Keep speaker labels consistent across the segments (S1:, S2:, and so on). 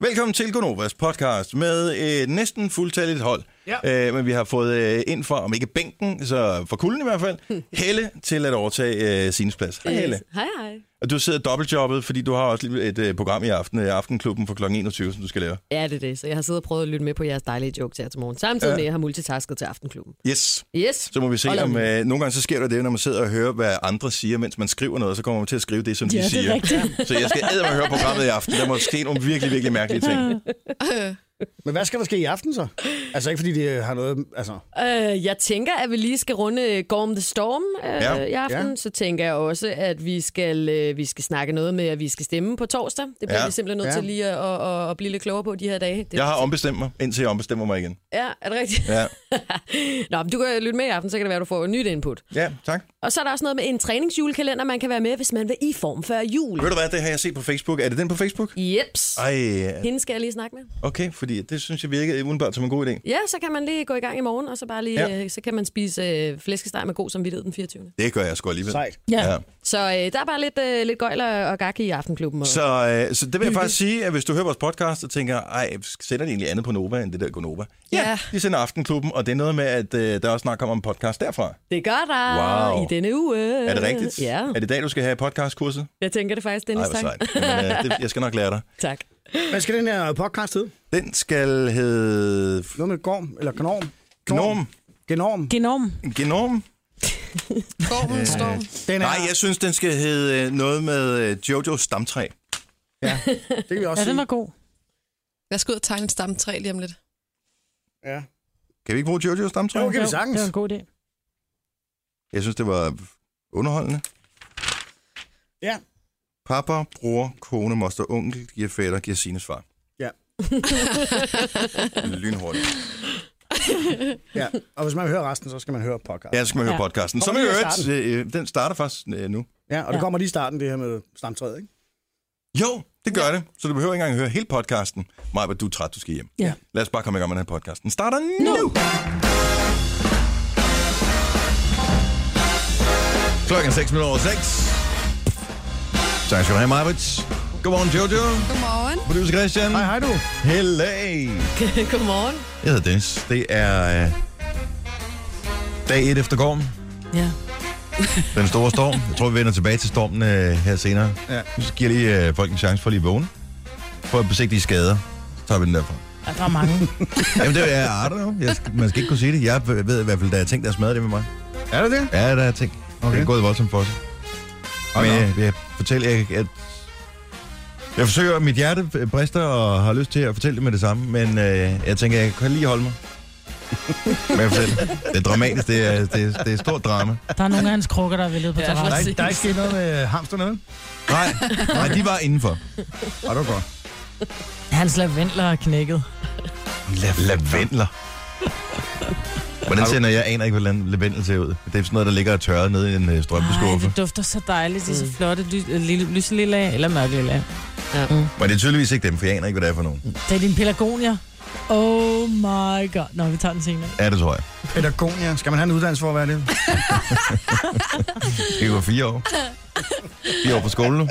S1: Velkommen til Gonovas podcast med øh, næsten fuldtalligt hold.
S2: Ja.
S1: Øh, men vi har fået øh, ind fra, om ikke bænken, så for kulden i hvert fald, Helle til at overtage øh, sin plads. Hej Helle.
S3: Hej, hej.
S1: Og du sidder dobbeltjobbet, fordi du har også lige et øh, program i aften, øh, Aftenklubben for kl. 21, som du skal lave.
S3: Ja, det er det. Så jeg har siddet og prøvet at lytte med på jeres dejlige jokes her til morgen. Samtidig med, at jeg har multitasket til Aftenklubben.
S1: Yes.
S3: Yes.
S1: Så må vi se,
S3: Hold
S1: om
S3: op.
S1: øh, nogle gange så sker der det, når man sidder og hører, hvad andre siger, mens man skriver noget, så kommer man til at skrive det, som de
S4: Ja, det er
S1: siger.
S4: rigtigt.
S1: Så jeg skal æde høre programmet i aften. Der må ske nogle virkelig, virkelig mærkelige ting.
S2: Men hvad skal der ske i aften så? Altså ikke fordi det har noget... Altså,
S3: Øh, jeg tænker, at vi lige skal runde Gorm the Storm øh,
S1: Ja.
S3: ja. i aften.
S2: Ja.
S3: Ja. Så tænker jeg også, at vi skal, øh, vi skal snakke noget med, at vi skal stemme på torsdag. Det bliver
S1: Ja.
S3: ja. vi simpelthen nødt
S2: Ja.
S3: ja. til lige at, at, at, at blive lidt klogere på de her dage. Det,
S1: Jeg har ombestemt mig, indtil jeg ombestemmer mig igen.
S3: Ja, er det rigtigt?
S1: Ja.
S3: Nå, men du kan lytte med i aften, så kan det være, at du får nyt input.
S1: Ja, tak.
S3: Og så er der også noget med en træningsjulekalender, man kan være med, hvis man vil i form før jul.
S1: Ved du hvad, det har jeg set på Facebook. Er det den på Facebook?
S3: Jeps.
S1: Ej,
S3: Hende skal jeg lige snakke med.
S1: okay, fordi det synes jeg virkede udenbart som en god idé.
S3: Ja, så kan man lige gå i gang i morgen, og så bare lige,
S1: Ja.
S3: ja. øh, så kan man spise øh, flæskesteg med god samvittighed den 24.
S1: Det gør jeg sgu alligevel.
S2: sejt.
S4: Ja.
S1: Ja.
S3: Så øh, der er bare lidt, øh, lidt gøjl og og gak i Aftenklubben. Og...
S1: Så, øh, så det vil jeg faktisk sige, at hvis du hører vores podcast og tænker, ej, sender de egentlig andet på Nova end det der Gonova?
S3: Ja.
S1: de sender Aftenklubben, og det er noget med, at øh, der også snart kommer en podcast derfra.
S3: Det gør der
S1: Wow.
S3: i denne uge.
S1: Er det rigtigt?
S3: Øh, Ja,
S1: Er det i dag, du skal have podcastkurset?
S3: jeg tænker det faktisk,
S1: Nej,
S3: Dennis.
S1: hvor
S3: tak.
S1: sejt. Jamen, øh, det, jeg skal nok lære dig.
S3: tak.
S2: Hvad skal den her podcast hedde?
S1: Den skal hedde...
S2: Noget med gorm eller gnorm?
S1: Gnorm.
S2: Genorm.
S4: Genom.
S1: Genom?
S5: Gormen står.
S2: Den er,
S1: Nej, jeg synes, den skal hedde øh, noget med øh, Jojo's stamtræ.
S2: det kan vi også
S4: Ja, den
S2: sige.
S4: var god.
S5: Jeg skal ud og tegne et stamtræ lige om lidt.
S2: Ja.
S1: Kan vi ikke bruge Jojo's stamtræ?
S2: Jo, det kan vi
S4: Det var-
S2: sagtens.
S4: Det var en god idé.
S1: Jeg synes, det var underholdende.
S2: Ja.
S1: Papa, bror, kone, moster, onkel, giver fætter, giver sine svar.
S2: Ja.
S1: Lynhurtigt.
S2: ja. Og hvis man vil høre resten, så skal man høre podcast.
S1: Ja, så skal man høre
S4: Ja.
S1: podcasten. Som i
S2: Kommer lige
S1: øvrigt,
S2: at
S1: øh, den starter faktisk øh, nu.
S2: Ja, og det
S4: Ja.
S2: kommer lige i starten, det her med stamtræet, ikke?
S1: Jo, det gør det. Så du behøver ikke engang høre hele podcasten. Maja, du er træt, du skal hjem.
S4: Ja.
S1: Lad os bare komme i gang med den her podcast. Den starter nu! nu. Klokken 6 minutter over 6. Tak skal du have, Majbrit. Godmorgen, Jojo.
S5: Godmorgen.
S1: Producer Christian.
S2: Hej, hej du.
S1: Hello.
S3: Godmorgen.
S1: Jeg hedder Dennis. Det er øh, dag 1 efter gården.
S4: Ja.
S1: Den store storm. Jeg tror, vi vender tilbage til stormen øh, her senere.
S2: Ja.
S1: Nu giver jeg lige øh, folk en chance for at lige vågne. For at besigte de skader. Så tager vi den derfra.
S4: Ja, Der er mange.
S1: Jamen, det er jeg. I don't know. Jeg, skal- man skal ikke kunne sige det. Jeg ved i hvert fald, der er ting, der er smadret det med mig.
S2: Er det det?
S1: Ja, der er ting. Okay. Det er gået voldsomt for sig.
S2: Hold
S1: Men øh,
S2: da op.
S1: jeg, jeg fortæller, jeg, at jeg forsøger, mit hjerte brister og har lyst til at fortælle det med det samme, men øh, jeg tænker, jeg kan lige holde mig. Men jeg fortæller, det er dramatisk, det er, det, er, det er stort drama.
S4: Der er nogle af hans krukker, der er vældet på
S3: Ja,
S4: terrassen.
S2: Nej, der er ikke sket noget med øh, hamster noget.
S1: Nej, nej, de var indenfor.
S2: Og det var godt.
S4: Hans lavendler er knækket.
S1: Lavendler. Hvordan ser jeg? Jeg aner ikke, hvordan lavendel ser ud. Det er sådan noget, der ligger og tørrer nede i en øh,
S4: Ej,
S1: strømpeskuffe.
S4: det dufter så dejligt. De er så flotte. Ly- øh, lille- Lyselilla eller mørkelilla.
S1: Men det er tydeligvis ikke dem, for jeg aner ikke, hvad det er for nogen.
S4: Det er din pelargonier. Oh my god. Nå, vi tager den senere.
S1: Ja, det tror jeg.
S2: Pædagogia. Skal man have en uddannelse for at være det?
S1: Det var fire år. Fire år på skole nu.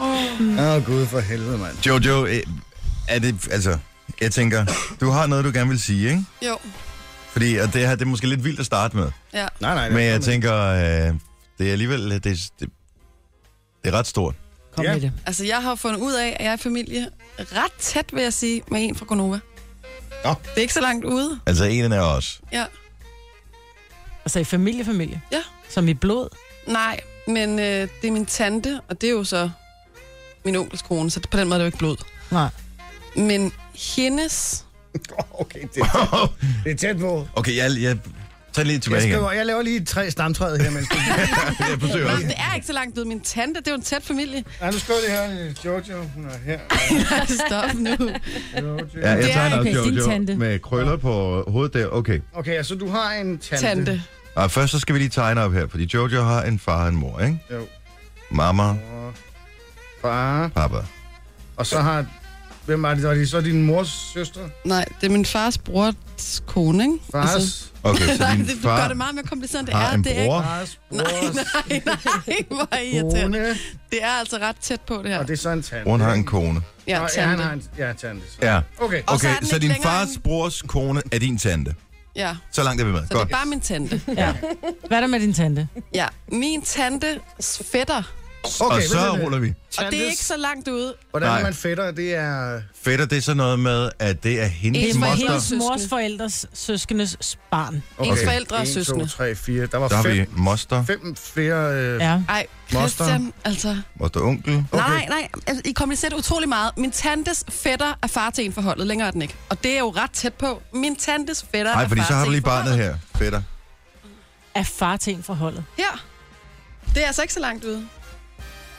S2: Åh, oh, gud for helvede, mand.
S1: Jojo, øh, er det, altså, jeg tænker, du har noget, du gerne vil sige, ikke?
S5: Jo.
S1: Fordi, og det her, det er måske lidt vildt at starte med,
S5: Ja.
S2: Nej, nej. det er
S1: men jeg
S2: fandme-
S1: tænker, øh, det er alligevel, det, det, det er ret stort.
S4: Kom
S2: Ja.
S4: med det.
S5: Altså, jeg har jo fundet ud af, at jeg er i familie ret tæt, vil jeg sige, med en fra Gonova.
S2: Nå.
S5: Det er ikke så langt ude.
S1: Altså, en af os.
S5: Ja.
S4: Altså i familiefamilie?
S5: Ja.
S4: Som i blod?
S5: Nej, men øh, det er min tante, og det er jo så min onkels kone, så på den måde er det jo ikke blod.
S4: Nej.
S5: Men hendes...
S2: Åh, Okay, det er, det er tæt på.
S1: okay, jeg, jeg tager lige
S2: Jeg,
S1: tilbage igen.
S2: skriver, jeg laver lige tre stamtræet her, mens du...
S1: Jeg forsøger
S5: Nej,
S1: også.
S5: det er ikke så langt ude. Min tante, det er jo en tæt familie.
S2: Ja, nu skriver det her, Jojo, hun er her.
S5: Nej, Stop nu.
S2: Jojo.
S1: Ja, jeg
S5: Det er
S1: tegner
S4: okay,
S1: også
S4: din
S1: Jojo
S4: tante.
S1: med krøller på hovedet der. Okay.
S2: Okay, så du har en tante.
S5: Tante.
S1: Og først så skal vi lige tegne op her, fordi Jojo har en far og en mor, ikke?
S2: Jo.
S1: Mamma,
S2: Far.
S1: papa.
S2: Og så har Hvem er det? Var det så din mors søster?
S5: Nej, det er min fars brors kone, ikke?
S2: Fars?
S5: Altså-
S1: Okay, så
S5: nej,
S1: din
S5: det, du
S1: far
S5: gør det meget mere kompliceret, end det
S1: har
S5: er.
S1: en
S5: Det er
S1: bror.
S2: Fars
S5: Nej,
S2: brors
S5: nej, nej, hvor er I irriterende.
S2: kone.
S5: Det er altså ret tæt på det her.
S2: Og det er så en tante.
S1: Broren har en kone.
S5: Ja,
S2: Nå, ja, han
S5: tante.
S2: har en, ja, tante. så.
S1: Ja.
S2: Okay.
S5: Og så
S1: Okay,
S5: er den
S1: så
S5: ikke
S1: din
S5: længere
S1: fars
S5: end-
S1: brors kone er din tante.
S5: Ja,
S1: Så langt er vi med.
S5: så
S1: Godt.
S5: det er bare min tante.
S4: Ja. Hvad er der med din tante?
S5: Ja, min tantes fætter.
S1: Og
S2: Okay,
S1: så
S2: vent lidt.
S1: ruller vi.
S5: Og det er ikke så langt ude.
S2: Hvordan
S1: Nej.
S2: er man fætter? Det er...
S1: Fætter, det er sådan noget med, at det er hendes
S5: Hendes
S4: Det var
S1: moster.
S4: hendes mors forældres søskendes barn.
S5: Ens forældre og
S2: 1, 2,
S5: søskende.
S2: 3, 4. Der var
S1: Der har vi
S2: fem,
S1: moster,
S2: fem flere... Øh, ja.
S4: Ja.
S5: Ej,
S2: Moster.
S5: Christian, altså.
S1: moster onkel.
S5: Okay. Nej, nej, altså, I komplicerer det utrolig meget. Min tantes fætter er far til en forholdet. Længere er den ikke. Og det er jo ret tæt på. Min tantes fætter
S1: Nej,
S5: er
S1: fordi
S5: far
S1: så har
S5: til
S1: du lige
S5: en for
S1: barnet
S5: holdet.
S1: her. Fætter.
S4: Er far til en for holdet.
S5: Her. Det er altså ikke så langt ude.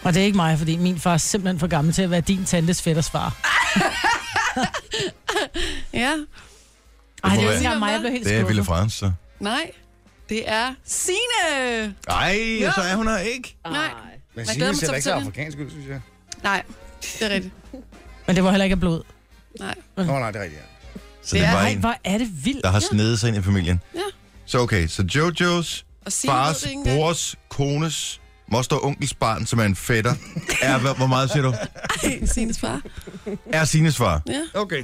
S4: Og det er ikke mig, fordi min far er simpelthen for gammel til at være din tantes fætters far.
S5: Ja,
S4: Ej, det
S1: være.
S4: er jo ikke engang mig, jeg blev helt
S1: Det er Ville
S4: skuffet.
S1: Frans, så.
S5: nej. Det er Sine.
S1: Ej,
S5: Ja.
S1: så er hun her ikke.
S3: Ah.
S5: Nej.
S3: Ej.
S2: Men
S5: Hvad glæder
S2: Signe
S5: man sig
S2: ser da ikke
S5: til
S2: så
S5: det?
S2: afrikansk ud, synes jeg.
S5: Nej, det er rigtigt.
S4: Men det var heller ikke af blod.
S5: Nej.
S2: Nå, nej, det er rigtigt, ja.
S1: Så
S5: Det
S1: det
S5: er
S1: var
S4: Ej,
S1: en,
S4: hvor er det vildt.
S1: der har snedet sig ind i familien.
S5: Ja.
S1: Så okay, så Jojos
S5: Og Sine ved
S1: fars,
S5: det ikke engang.
S1: brors, kones, moster og onkels barn, som er en fætter, er, hvor- hvor meget siger du?
S5: Ej, Sines far.
S1: Er Sines far.
S5: Ja,
S2: Okay.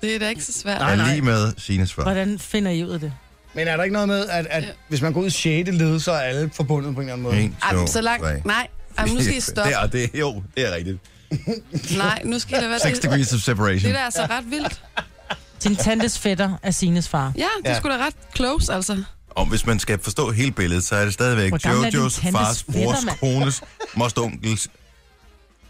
S5: det er da ikke så svært.
S1: Er lige med Sines far.
S4: Hvordan finder I ud af det?
S2: Men er der ikke noget med, at, at
S5: Ja.
S2: hvis man går ud i 6. led, så er alle forbundet på en eller anden måde?
S1: En,
S5: Ej, men
S1: to,
S5: så langt.
S1: tre.
S5: Nej, Ej, men nu skal I stoppe.
S1: Det er, det, er- jo, det er rigtigt.
S5: Nej, nu skal I da være
S1: 6 degrees of separation.
S5: Det er da altså ret vildt.
S4: Din tantes fætter er Sines far.
S5: Ja, det
S2: Ja.
S5: er sgu da ret close, altså.
S1: Og hvis man skal forstå hele billedet, så er det stadigvæk
S4: Hvor gammel er din
S1: Jojos
S4: tantes
S1: fars,
S4: fætter,
S1: brors,
S4: mand?
S1: kones, moster, onkels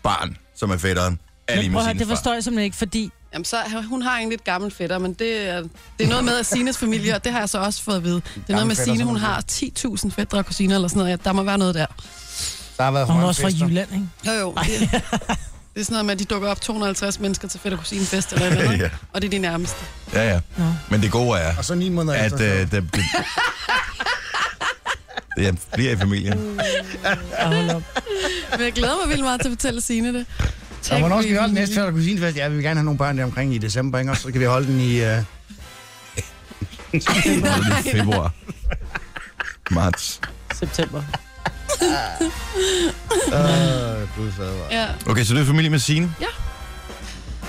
S1: barn, som er fætteren. Er lige
S4: Men prøv
S1: med
S4: at høre, det
S1: Sines
S4: forstår
S1: far.
S4: jeg simpelthen ikke, fordi
S5: Jamen, så, hun har en lidt gammel fætter, men det er, det er noget med at Sines familie, og det har jeg så også fået at vide. Det er noget med
S2: fætter,
S5: Sine,
S2: som
S5: hun
S2: hun
S5: har 10.000 fætter og kusiner eller sådan noget. Ja, der må være noget der.
S2: Der har været
S4: hun er også fra
S2: røgfester.
S4: Jylland, ikke?
S5: Jo, jo. Det, det er sådan noget med, at de dukker op 250 mennesker til fætter kusinefest eller noget, andet,
S1: Ja.
S5: og det er de nærmeste.
S1: Ja, ja.
S4: Nå.
S1: Men det gode er,
S2: Og så ni måneder
S1: at
S2: efter.
S1: øh,
S2: så-
S1: det, det, det bliver i familien.
S4: Ja, hold op.
S5: Men jeg glæder mig vildt meget til at fortælle Sine det.
S2: Og
S5: Tjek
S2: hvornår skal vi holde den
S5: reviewen.
S2: næste fætter kusinefest? Ja, vi vil gerne have nogle børn der omkring i december, ikke? Og så kan vi holde den i... Øh...
S1: Det er februar. Marts.
S4: September.
S2: Øh, gud, fader.
S5: Ja,
S1: Okay, så du er i familie med Signe?
S5: Ja.
S1: Nå,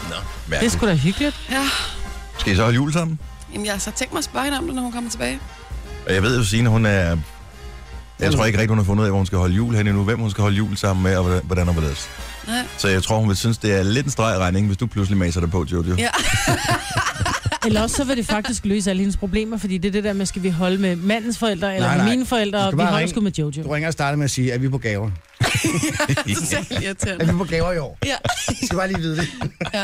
S4: Det er
S1: mærkeligt.
S4: sgu da hyggeligt.
S5: ja.
S1: Skal I så holde jul sammen?
S5: Jamen, jeg har så tænkt mig at spørge hende om det, når hun kommer tilbage.
S1: Og jeg ved jo, Signe, hun er... Jeg tror ikke rigtig, hun har fundet ud af, hvor hun skal holde jul hen endnu, hvem hun skal holde jul sammen med, og hvordan- hvordan og hvorledes.
S5: Nej.
S1: Så jeg tror, hun vil synes, det er lidt en streg i regningen, hvis du pludselig maser dig på, Jojo.
S5: Ja.
S4: Eller også så vil det faktisk løse alle hendes problemer, fordi det er det der med, skal vi holde med mandens forældre, eller
S2: Nej,
S4: nej, nej.
S2: nej.
S4: med mine
S2: Du
S4: forældre,
S2: skal
S4: og vi
S2: bare
S4: holder
S2: ringe.
S4: sgu med Jojo.
S2: Du ringer og starter med at sige, er vi på gaver?
S5: Totalt
S2: Er
S5: irriterende.
S2: vi på gaver i år?
S5: Ja,
S2: Jeg skal bare lige vide det.
S5: ja.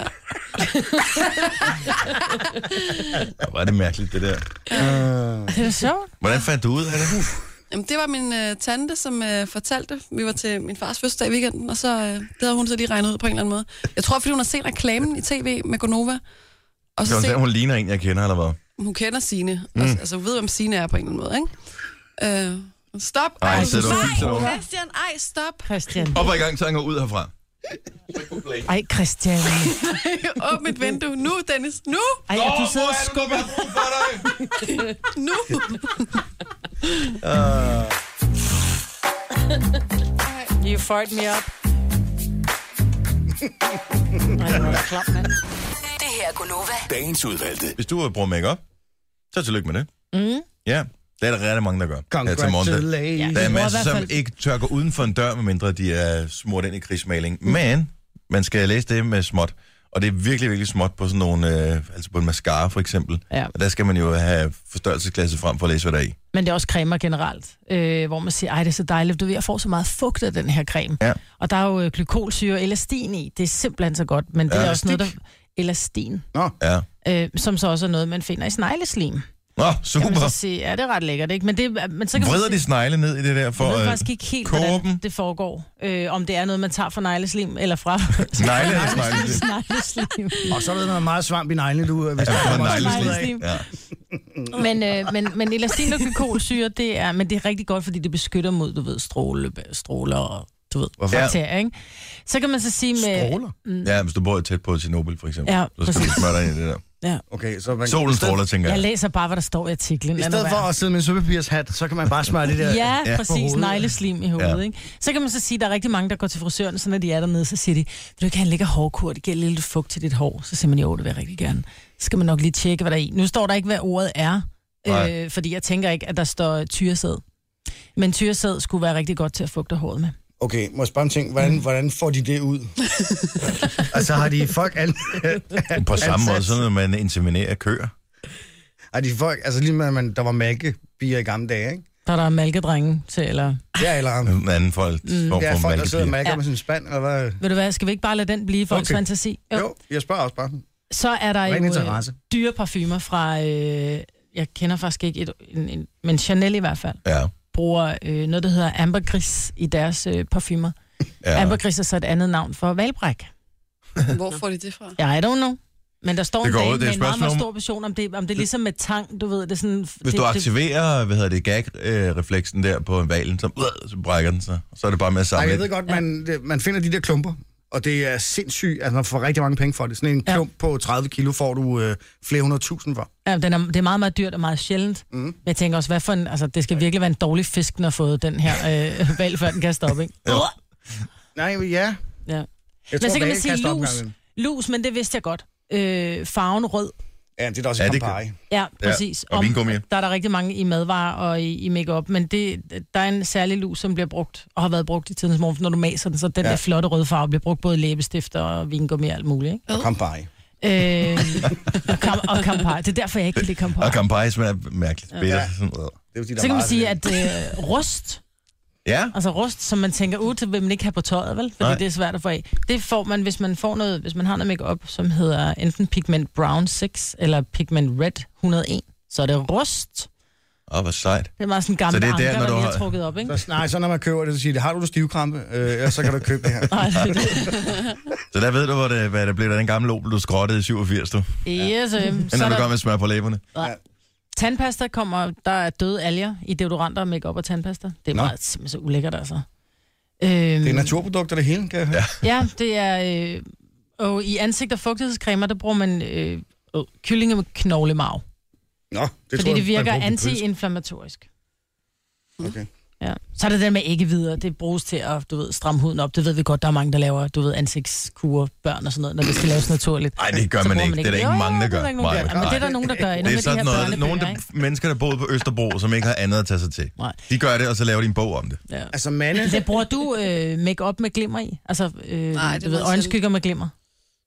S1: Hvor er det mærkeligt, det der.
S2: Øh,
S4: Det er da sjovt.
S1: Hvordan fandt du ud af det?
S5: Jamen, det var min øh, tante, som øh, fortalte. Vi var til min fars fødselsdag i weekenden, og så øh, det havde hun så lige regnet ud på en eller anden måde. Jeg tror, fordi hun har set reklamen i tv med Gonova. Og så
S1: Kan hun se,
S5: set,
S1: hun ligner en, jeg kender, eller hvad?
S5: hun kender Sine. Mm. Altså, hun ved, hvem Sine er på en eller anden måde, ikke? Øh, stop.
S1: Ej, sidder du og fryser
S5: nej,
S1: derovre?
S5: Christian, ej, stop.
S4: Christian.
S1: Op og i gang, så han går ud herfra.
S4: Ej, Christian.
S5: Åbn et vindue. Nu, Dennis. Nu,
S4: Ej, og du sidder og
S1: skubber for dig?
S5: nu.
S1: Øh,
S4: sk- You fart me up. Ej, hvor er det klap, mand.
S6: Det her er Gunova.
S7: Dagens udvalgte.
S1: Hvis du bruger makeup, så tillykke med det.
S4: Mm.
S1: Ja, det er der rigtig mange, der gør. Her til morgendag.
S2: Congratulations.
S1: Der er
S4: Jeg tror i
S1: masser,
S4: hvert
S1: som
S4: fald-
S1: ikke tør gå uden for en dør, medmindre de er smurt ind i krigsmaling. Men man skal læse det med småt. Og det er virkelig, virkelig småt på sådan nogle, øh, altså på en mascara for eksempel.
S4: Ja.
S1: Og der skal man jo have forstørrelsesklasse frem for at læse, hvad der er i.
S4: Men det er også cremer generelt, øh, hvor man siger, ej, det er så dejligt, du ved, jeg får så meget fugt af den her creme.
S1: Ja.
S4: Og der er jo øh, glykolsyre og elastin i, det er simpelthen så godt, men det er også noget, der... Elastin,
S2: Nå,
S1: Ja.
S4: øh, som så også er noget, man finder i snegleslim.
S1: Nå,
S4: Kan man så
S1: super.
S4: sige, ja, det er ret lækkert, ikke? Men, det, er- men så kan
S1: Vrider
S4: man
S1: de
S4: sige,
S1: snegle ned i det der for øh,
S4: jeg ved
S1: at
S4: faktisk ikke helt,
S1: koge
S4: hvordan
S1: dem?
S4: det foregår. Øh, om det er noget, man tager fra negleslim, eller fra
S1: snegle eller snegle?
S4: negleslim.
S2: og så er der noget meget svamp i neglene, du. øh, Hvis
S1: Ja,
S2: der
S1: for
S2: kommer sådan
S4: negleslim.
S2: noget af.
S1: neglestik. Ja.
S4: men, øh, men, men elastin og glykolsyre, det er, men det er rigtig godt, fordi det beskytter mod, du ved, stråle, stråler og du ved,
S1: Hvorfor?
S4: bakterier, ikke? Så kan man så sige med... Mm.
S2: Stråler.
S1: Ja, hvis du bor tæt på Tjernobyl, for eksempel.
S4: Ja,
S1: så skal du
S4: præcis.
S1: ikke smøre dig ind i det der.
S2: Okay, så man,
S1: Solen stråler, tænker
S4: Jeg
S1: jeg.
S4: læser bare, hvad der står i artiklen.
S2: I
S4: lad nu
S2: stedet for
S4: være.
S2: at sidde med en søbepirshat, så kan man bare smøre det der.
S4: Ja,
S1: Ja,
S4: ja
S1: på
S4: præcis.
S2: hovedet.
S4: Negleslim i hovedet,
S1: Ja.
S4: ja. ikke? Så kan man så sige, at der er rigtig mange, der går til frisøren, så når de er dernede, så siger de, vil du ikke have en lækker hårkur, det giver lidt fugt til dit hår. Så siger man, jo, det vil jeg rigtig gerne. Så skal man nok lige tjekke, hvad der er i. Nu står der ikke, hvad ordet er,
S1: Nej.
S4: øh, fordi jeg tænker ikke, at der står tyresæd. Men tyresæd skulle være rigtig godt til at fugte håret med.
S2: Okay, må jeg spørge en ting. Hvordan,
S1: Mm.
S2: hvordan får de det ud? altså har de folk, an...
S1: På samme måde,
S2: Ansats.
S1: sådan at man inseminerer køer.
S2: har de folk altså lige med, at man, der var mælkebier i gamle dage, ikke?
S4: Der er der mælkedrenge til, eller...
S2: Ja, eller um,
S1: En anden folk, mm. form
S2: det er
S1: for
S2: folk, der sidder og
S1: malkepiger.
S2: mælker
S4: Ja.
S2: med sådan en spand, eller hvad?
S4: Ved du hvad, skal vi ikke bare lade den blive i folks
S2: Okay.
S4: okay. fantasi?
S2: Jo, jeg spørger også bare.
S4: Så er der
S2: Ren
S4: jo øh,
S2: interesse.
S4: dyre parfumer fra, øh, jeg kender faktisk ikke, et, en, en, men Chanel i hvert fald,
S1: Ja,
S4: bruger øh, noget, der hedder ambergris i deres øh, parfumer. Ja.
S1: ja.
S4: Ambergris er så et andet navn for valbræk.
S5: Hvor får de det fra?
S4: Ja, I don't know. Men der står
S1: Det
S4: en
S1: går
S4: dame
S1: ud, det er
S4: med en meget,
S1: spørgsmål
S4: meget
S1: om-
S4: stor portion, om det, om det er ligesom med tang, du ved, det er sådan...
S1: Hvis
S4: det,
S1: du
S4: det,
S1: aktiverer, hvad hedder det, gag-refleksen der på valen, så, øh, så brækker den sig. Og så er det bare med at
S2: Nej,
S1: samle
S2: jeg ved
S1: det.
S2: godt, man, det- man finder de der klumper, og det er sindssygt, at man får rigtig mange penge for det. Sådan en
S4: Ja.
S2: klump på 30 kilo får du øh, flere hundrede tusind for.
S4: ja, den er, det er meget, meget dyrt og meget sjældent.
S1: Mhm.
S4: Mm. Men jeg tænker også, hvad for en, altså, det skal virkelig være en dårlig fisk, den har fået den her øh, valg, før den kan stoppe, ikke?
S1: Jo.
S2: Nej, men ja.
S4: Ja.
S2: Jeg
S4: Men så kan man
S2: hval
S4: sige
S2: kaster op en
S4: lus.
S2: gang imellem.
S4: Lus, men det vidste jeg godt. Øh, farven rød.
S2: Ja, det er da også
S1: Ja,
S2: ja,
S1: det
S2: det
S1: kan-
S4: Ja, præcis.
S1: og vingummi.
S4: Der er der rigtig mange i madvarer og i, i makeup, men det, der er en særlig lus, som bliver brugt, og har været brugt i tidens morgen, for når du maser den, så den
S2: Ja.
S4: ja. der flotte røde farve bliver brugt både i læbestifter og vingummi og alt muligt. Ikke?
S2: Og kampari.
S4: Øh, og, kam, og kampar. Det er derfor, jeg ikke kan lide kampar.
S1: Og kampage smager mærkeligt. Bitter,
S2: Ja.
S1: sådan noget.
S2: Det er jo de, der
S4: Så kan man
S2: meget-
S4: sige, at øh, rust,
S1: Ja,
S4: altså rust, som man tænker ud til, vil man ikke have på tøjet, vel? Fordi
S1: Nej.
S4: Nej. det er svært at få af. Det får man, hvis man, får noget, hvis man har noget makeup, som hedder enten Pigment Brown 6 eller Pigment Red 101. Så er det rust.
S1: og hvor sejt.
S4: Det er meget sådan gamle
S1: Så
S4: så
S1: det er der,
S4: anker, der,
S1: når
S4: der
S1: du
S4: lige
S1: har-
S4: er trukket op, ikke?
S2: Så, nej, så når man køber det, så siger det, har du en stivkrampe? Øh, ellers så kan du ikke købe det her.
S4: Nej, det er det.
S1: Så der ved du, hvor det, hvad der blev af den gamle Opel, du skrottede i 87, du.
S4: Yes, øhm,
S1: Men
S4: så
S1: når
S4: er
S1: du går
S4: der,
S1: med smør på læberne.
S4: tandpasta kommer, der er døde alger i deodoranter, makeup og tandpasta. Det er
S2: Nå.
S4: meget simpelthen så ulækkert, altså. Øhm,
S2: Det er naturprodukter, det hele, kan jeg høre. Ja.
S4: Ja, det er... Øh, og i ansigt- og fugtighedscremer, der bruger man øh, øh, kyllinge med knoglemarv.
S2: Nå, det tror
S4: Fordi det
S2: jeg, man
S4: virker
S2: bruger på pølse.
S4: anti-inflammatorisk.
S2: Okay.
S4: Ja. Så er det den med æggehvider. Det bruges til at du ved, stramme huden op. Det ved vi godt, der er mange, der laver du ved, ansigtskurer, børn og sådan noget, når det skal laves naturligt.
S1: Nej, det gør
S4: Så
S1: man
S4: bruger
S1: ikke. Det er der ikke mange, der
S4: det er
S1: gør.
S4: ikke nogen,
S1: Maja.
S4: der gør. Jamen, det er der
S1: Nej.
S4: nogen, der gør.
S1: Det
S4: Endnu
S1: er
S4: med de her
S1: sådan noget, nogle
S4: børnebøger,
S1: der,
S4: ikke?
S1: mennesker, der boede på Østerbro, som ikke har andet at tage sig til.
S4: Nej.
S1: De gør det, og så laver de en bog om det.
S4: Ja.
S2: Altså, mande,
S4: Det bruger du øh, make-up med glimmer i? Altså, øh,
S5: Nej,
S4: Nej,
S5: det
S4: du
S5: ved
S4: ved,
S5: jeg
S4: øjenskygger med glimmer.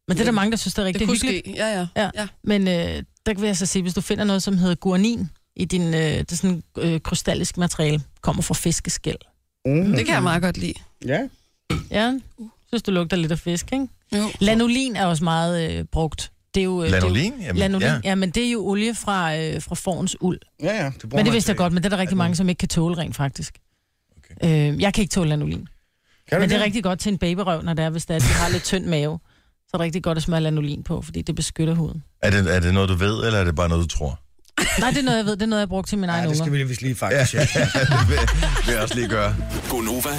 S4: Men det er der mange, der synes, det er rigtig
S5: Det, det kunne
S4: hyggeligt.
S5: ske. Ja, ja.
S4: Ja. Men øh, der vil jeg så sige, hvis du finder noget, som hedder guanin, i din, øh, det er sådan øh, krystallisk materiale, kommer fra fiskeskæl.
S5: Det kan jeg meget godt lide.
S2: Mm. ja.
S4: Ja, synes du lugter lidt af fisk, ikke?
S5: Jo.
S4: Lanolin er også meget øh, brugt. Det er jo, øh, Det er
S1: Lanolin?
S4: jo,
S1: Jamen,
S4: lanolin, ja.
S1: Ja.
S4: ja, men det er jo olie fra, øh, fra forens uld.
S2: Ja, ja. Det bruger
S4: Men det
S2: man
S4: vidste jeg
S2: til-
S4: godt, men det er der rigtig
S2: At man-
S4: mange, som ikke kan tåle rent faktisk. Okay. Øh, jeg kan ikke tåle lanolin.
S2: Kan du
S4: Men det er rigtig godt til en babyrøv, når det er, hvis det er, at de har lidt tynd mave. Så er det rigtig godt at smøre lanolin på, fordi det beskytter huden.
S1: Er, det, er det noget, du ved, eller er det bare noget, du tror?
S4: Nej, det er noget, jeg ved. Det er noget, jeg brugte til mine
S2: Nej,
S4: egne
S2: det
S4: unger.
S2: skal vi lige faktisk. Ja.
S1: det vil, vil jeg også lige gøre.
S6: Gonova,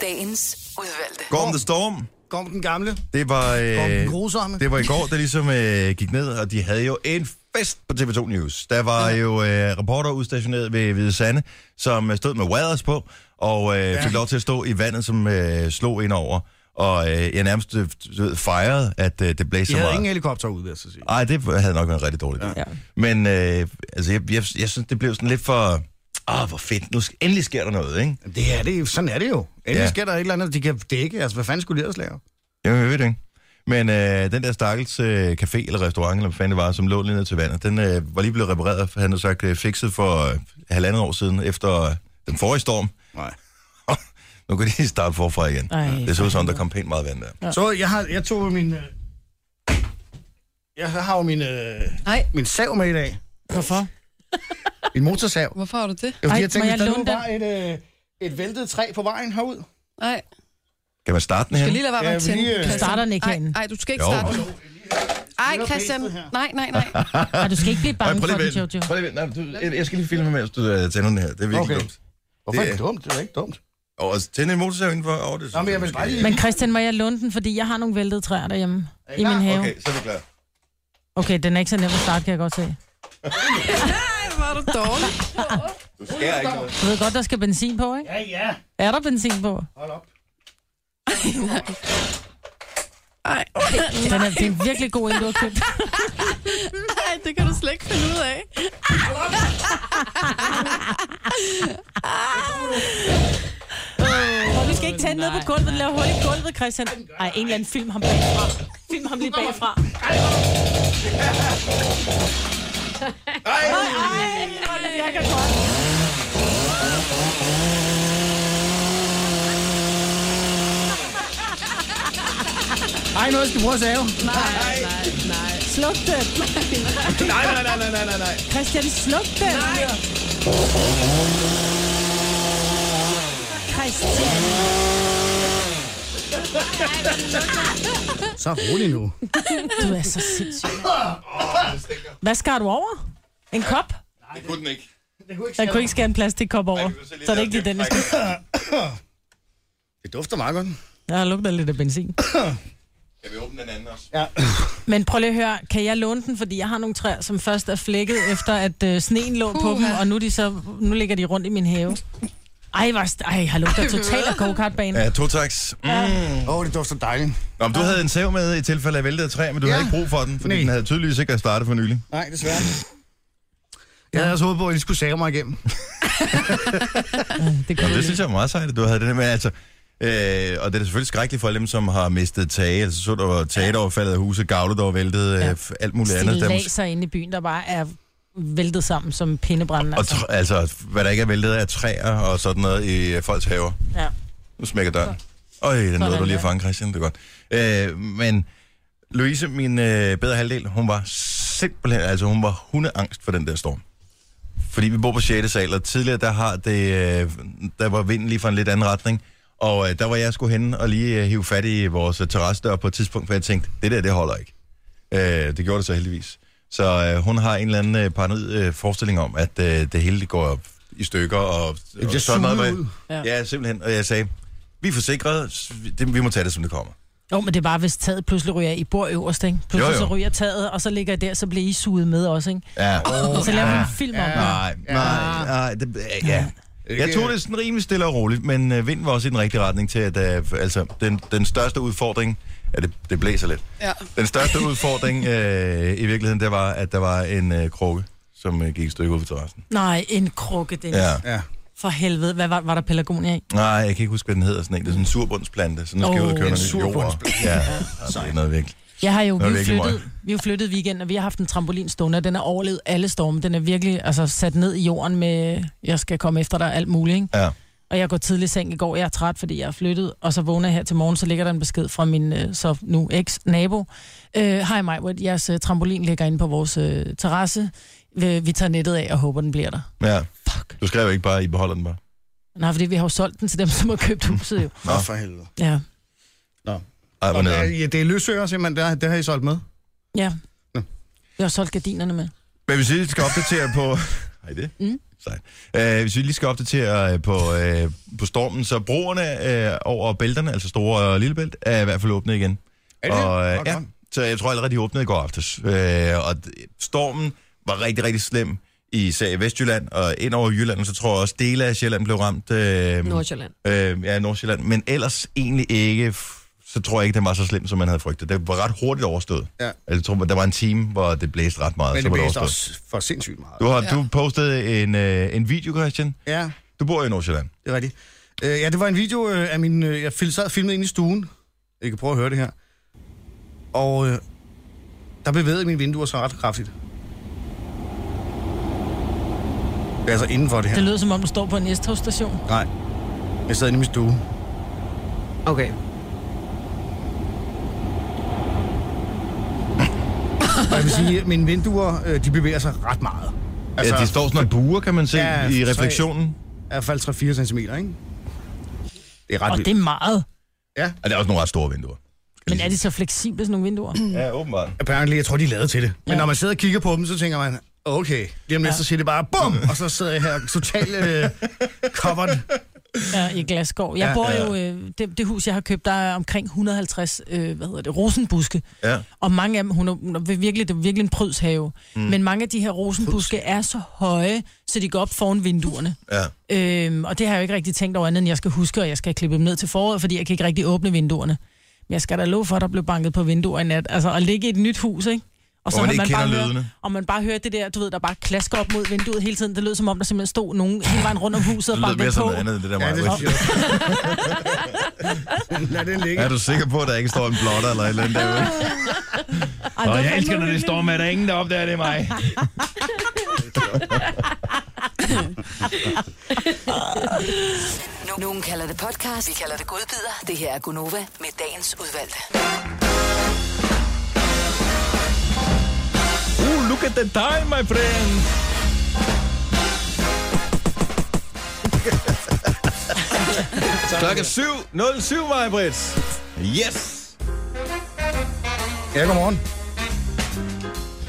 S7: Dagens udvalgte.
S1: Gorm the Storm,
S2: Kom den gamle.
S1: det var,
S2: Kom
S1: øh,
S2: den grusomme.
S1: det var i går, der ligesom øh, gik ned, og de havde jo en fest på TV2 News. Der var jo øh, reporter udstationeret ved Hvide Sande, som øh, stod med waders på, og øh, fik lov til at stå i vandet, som øh, slog ind over. Og øh, jeg nærmest øh, du ved, fejrede, at øh, det blæste
S2: De
S1: så
S2: havde
S1: meget.
S2: ingen helikopter ud, vil jeg så sige.
S1: Ej, det havde nok været rigtig dårligt. Ja.
S4: Ja.
S1: Men øh, altså, jeg, jeg, jeg synes, det blev sådan lidt for... Ah, hvor fedt. Nu sk- endelig sker der noget, ikke?
S2: Det er det, jo. sådan er det jo. Endelig
S1: Ja.
S2: ja. sker der et eller andet, de kan dække. Altså, hvad fanden skulle de ellers lave?
S1: Jamen, jeg ved det ikke. Men øh, den der stakkels øh, café eller restaurant, eller hvad fanden det var, som lå lige ned til vandet, den øh, var lige blevet repareret, han havde sagt, øh, fikset for øh, halvandet år siden, efter øh, den forrige storm.
S2: Nej.
S1: Nu kan de starte forfra igen.
S4: Ej,
S1: det så ud som, der kom pænt meget vand der.
S2: Ja. Så jeg, har, jeg tog min... øh, Jeg har jo min, øh,
S5: Nej,
S2: min sav med i dag.
S4: Hvorfor?
S2: Min motorsav.
S5: hvorfor har du det?
S2: Jeg,
S4: Ej,
S2: Ej, jeg
S4: må
S2: tænkte,
S4: jeg
S2: hvis der nu
S4: låne den?
S2: var et, øh, et væltet træ på vejen herud.
S5: Nej.
S1: Kan man starte den
S5: Du
S1: her?
S5: skal lige lade være med
S2: Ja,
S5: at
S2: vi
S5: tænde.
S2: lige, øh,
S5: Christian.
S4: Starter den ikke
S5: Ej,
S4: herinde?
S5: Ej, du skal ikke
S1: Jo.
S5: starte den. Ej, Christian. Nej, nej, nej.
S4: Ej, du skal ikke blive bange
S1: prøv
S4: for
S1: lige
S4: den,
S1: at vente.
S4: Jojo.
S1: Prøv lige at vente. Nej, du- Jeg jeg skal lige filme, mens du øh, tænder den her. Det er virkelig
S2: Okay.
S1: dumt.
S2: Hvorfor
S1: Det
S2: er det dumt? Det er da ikke dumt.
S1: Og at tænde en motorsav indenfor, over det.
S2: Nå, men jeg vil bare lige...
S4: Men Christian, må jeg låne den, fordi jeg har nogle væltede træer derhjemme i min have. Okay.
S1: Okay, så er vi klar.
S4: okay, den er ikke så nem at starte, kan jeg godt se.
S5: Ej, hvor er du dårlig.
S1: Du skærer ikke noget.
S4: Du ved godt, der skal benzin på, ikke?
S2: Ja, ja.
S4: Er der benzin på?
S2: Hold op.
S5: Ej,
S4: Den er, det er en virkelig god en, du har købt.
S5: nej, det kan du slet ikke finde ud af.
S4: Og vi skal ikke tænde ned på gulvet, lave hul i gulvet, Christian. Ej, en eller anden film ham bagfra. Film ham lige bagfra.
S2: Ej, noget skal prøve at save.
S4: Sluk den.
S2: Nej, nej, nej, nej, nej, nej, nej.
S4: Christian, sluk den. Christian.
S2: Så rolig nu.
S4: Du er så sindssyg. Hvad skar du over? En kop?
S1: Det kunne den ikke.
S4: Jeg kunne ikke skære en plastikkop over, så det er ikke lige den, jeg skal.
S2: Det dufter meget godt.
S4: Jeg har lugtet lidt af benzin.
S1: Kan vi åbne den anden også?
S2: Ja.
S4: Men prøv lige at høre, kan jeg låne den? Fordi jeg har nogle træer, som først er flækket, efter at øh, sneen lå på dem, og nu, er de så, nu ligger de rundt i min have. Ej, hvor st- Ej, jeg lugter totalt af go-kartbanen.
S1: Ja, to taks. Mm.
S2: Åh, oh, det dufter dejligt.
S1: Nå, men du havde en sav med i tilfælde af væltet træ, men du ja.
S2: Ja.
S1: havde ikke brug for den, fordi
S2: Nej.
S1: den havde tydeligvis ikke startet for nylig.
S2: Nej, desværre. Jeg havde også håbet på, at I skulle save mig igennem.
S4: Det
S1: Nå,
S4: kunne
S1: det synes jeg er meget sejt, at du havde det der. Men altså, øh, og det er selvfølgelig skrækkeligt for alle dem, som har mistet tage. Altså, så der var tage, der var faldet af huset, gavle, der var væltet, ja.
S4: Ja.
S1: øh, alt muligt andet. Der, måske-
S4: stilaser inde i byen, der bare er væltet sammen som pindebrændende.
S1: og
S4: Altså.
S1: tr- altså, hvad der ikke er væltet af træer og sådan noget i øh, folks haver.
S4: Ja.
S1: Nu smækker døren. Øj, den nåede du lige at fange, Christian. Det er godt. Øh, men Louise, min øh, bedre halvdel, hun var simpelthen, altså hun var hundeangst for den der storm. Fordi vi bor på 6. sal, og tidligere der, har det, øh, der var vinden lige fra en lidt anden retning. Og øh, der var jeg skulle hen og lige øh, hive fat i vores øh, terrassedør på et tidspunkt, for jeg tænkte, det der, det holder ikke. Øh, det gjorde det så heldigvis. Så øh, hun har en eller anden øh, paranoid øh, forestilling om, at øh, det hele det går i stykker. Og, det
S2: bliver suget ud.
S1: Ja. ja, simpelthen. Og jeg sagde, vi er forsikrede, s- vi- det, vi må tage det, som det kommer.
S4: Jo, men det er bare, hvis taget pludselig ryger i bord øverst, ikke? Pludselig
S1: Jo,
S4: jo,
S1: jo.
S4: jo. så ryger taget, og så ligger jeg der, så bliver I suget med også, ikke?
S1: Ja.
S4: Oh, så laver vi en film om det.
S1: Nej, nej, nej. Det, øh, ja. Jeg tog det sådan rimelig stille og roligt, men øh, vinden var også i den rigtige retning til, at øh, f- altså, den, den største udfordring, ja, det, det blæser lidt,
S5: Ja.
S1: den største udfordring øh, i virkeligheden, det var, at der var en øh, krukke, som øh, gik et stykke ud på terrassen.
S4: Nej, en krukke, Dennis. Ja.
S1: Ja.
S2: Ja.
S4: For helvede, hvad var, var der pelagonia i?
S1: Nej, jeg kan ikke huske, hvad den hedder sådan en. Det er sådan en surbundsplante, så nu skal jeg ud og
S4: Åh,
S1: køre
S4: en
S1: noget nyt jord. Ja, ja, det er noget virkelig.
S4: Jeg har jo,
S1: Det var
S4: vi er
S1: virkelig
S4: flyttet, vi er jo flyttet weekend, og vi har haft en trampolin stående, og den har overlevet alle storme. Den er virkelig altså, sat ned i jorden med, jeg skal komme efter dig, alt muligt, ikke?
S1: Ja.
S4: Og jeg går tidlig i seng i går, jeg er træt, fordi jeg er flyttet, og så vågner jeg her til morgen, så ligger der en besked fra min øh, så nu eks-nabo. Øh, Hej øh, Majwood, jeres øh, trampolin ligger inde på vores øh, terrasse. Vi, vi tager nettet af og håber, den bliver der.
S1: Ja.
S4: Fuck.
S1: Du skrev ikke bare, I beholder den bare.
S4: Nej, fordi vi har jo solgt den til dem, som har købt huset jo.
S2: Nå, for helvede.
S4: Ja.
S1: Ej, hvor
S2: Og
S1: nederen.
S2: der- ja, det er løsøger simpelthen, der, der har I solgt med.
S4: Ja.
S2: Nå.
S4: Jeg har solgt gardinerne med.
S1: Men hvis vi lige skal opdatere på... Hej det. Mm.
S4: Mm.
S1: Sejt. Øh, hvis vi lige skal opdatere øh, på, øh, på stormen, så broerne øh, over bælterne, altså store og lille bælt, er i hvert fald åbnet igen.
S2: Er det det?
S1: og,
S2: Nå,
S1: ja,
S2: godt.
S1: så jeg tror allerede, de åbnede i går aftes. Øh, og d- stormen var rigtig, rigtig slem i især i Vestjylland og ind over Jylland, og så tror jeg også, dele af Sjælland blev ramt. Øh,
S3: Nordsjælland.
S1: øh, ja, Nordsjælland. Men ellers egentlig ikke, f- så tror jeg ikke, det var så slemt, som man havde frygtet. Det var ret hurtigt overstået. Altså,
S2: Ja.
S1: Jeg tror, der var en time, hvor det blæste ret meget.
S2: Men
S1: så
S2: det
S1: var
S2: blæste
S1: overstået.
S2: også for sindssygt meget.
S1: Du har ja. du postet en, øh, en video, Christian.
S2: Ja,
S1: Du bor jo i Nordsjælland.
S2: det er rigtigt. Øh, ja, det var en video øh, af min... Øh, jeg fil- sad filmet inde i stuen. I kan prøve at høre det her. Og øh, der bevægede mine vinduer sig ret kraftigt. Det er altså indenfor det her.
S4: Det lyder som om, du står på en S-togstation.
S2: Nej. Jeg sad inde i min stue.
S3: Okay.
S2: Og jeg vil sige, at mine vinduer, øh, de bevæger sig ret meget.
S1: Altså, ja, de står sådan og buer, kan man se, ja,
S2: Ja, altså,
S1: i
S2: tre-
S1: refleksionen.
S2: i hvert fald 3-4 cm, ikke? Det er ret
S4: Og
S2: vildt.
S4: det er meget.
S1: Og der er også nogle ret store vinduer.
S2: Mm.
S4: Men er de så fleksible, sådan nogle vinduer?
S1: Ja, åbenbart.
S2: Apparently, jeg tror, de er lavet til det. Men
S4: Ja.
S2: ja. når man sidder og kigger på dem, så tænker man, okay, lige om lidt, ja. så siger det bare, bum, og så sidder jeg her totalt øh, covered
S4: Ja, i Glasgow. Jeg
S2: Ja,
S4: bor
S1: ja.
S4: jo... Øh, det, det hus, jeg har købt, der er omkring 150, øh, hvad hedder det, rosenbuske.
S1: Ja.
S4: Og mange af dem, hun er, hun er virkelig, det er virkelig en prydshave. Mm. Men mange af de her rosenbuske er så høje, så de går op foran vinduerne.
S1: Ja.
S4: Øhm, og det har jeg jo ikke rigtig tænkt over andet, end jeg skal huske, og jeg skal klippe dem ned til foråret, fordi jeg kan ikke rigtig åbne vinduerne. Men jeg skal da love for, at der blev banket på vinduer i nat. Altså at ligge i et nyt hus, ikke? Og
S1: Hvor man
S4: har
S1: ikke
S4: bare
S1: kender
S4: hører-
S1: lydene.
S4: og man bare hører det der, du ved, der bare klasker op mod vinduet hele tiden. Det lød som om, der simpelthen stod nogen hele vejen rundt om huset og
S1: Det lyder
S4: bankede
S1: mere som
S4: på.
S1: noget andet end det der
S2: Ja,
S1: meget.
S2: det
S1: Ja,
S2: er Lad den ligge.
S1: er du sikker på, at der ikke står en blotter eller et eller andet derude?
S4: Ej, det var fandme uhyggeligt.
S6: med, der er ingen, der opdager det er mig.
S7: Nu- Nogen kalder det podcast, vi kalder det godbider. Det her er Gunova med dagens udvalgte.
S6: Uh, look at the time, my friend. Klokken 7.07, mig, Britt.
S1: Yes!
S2: Ja, godmorgen.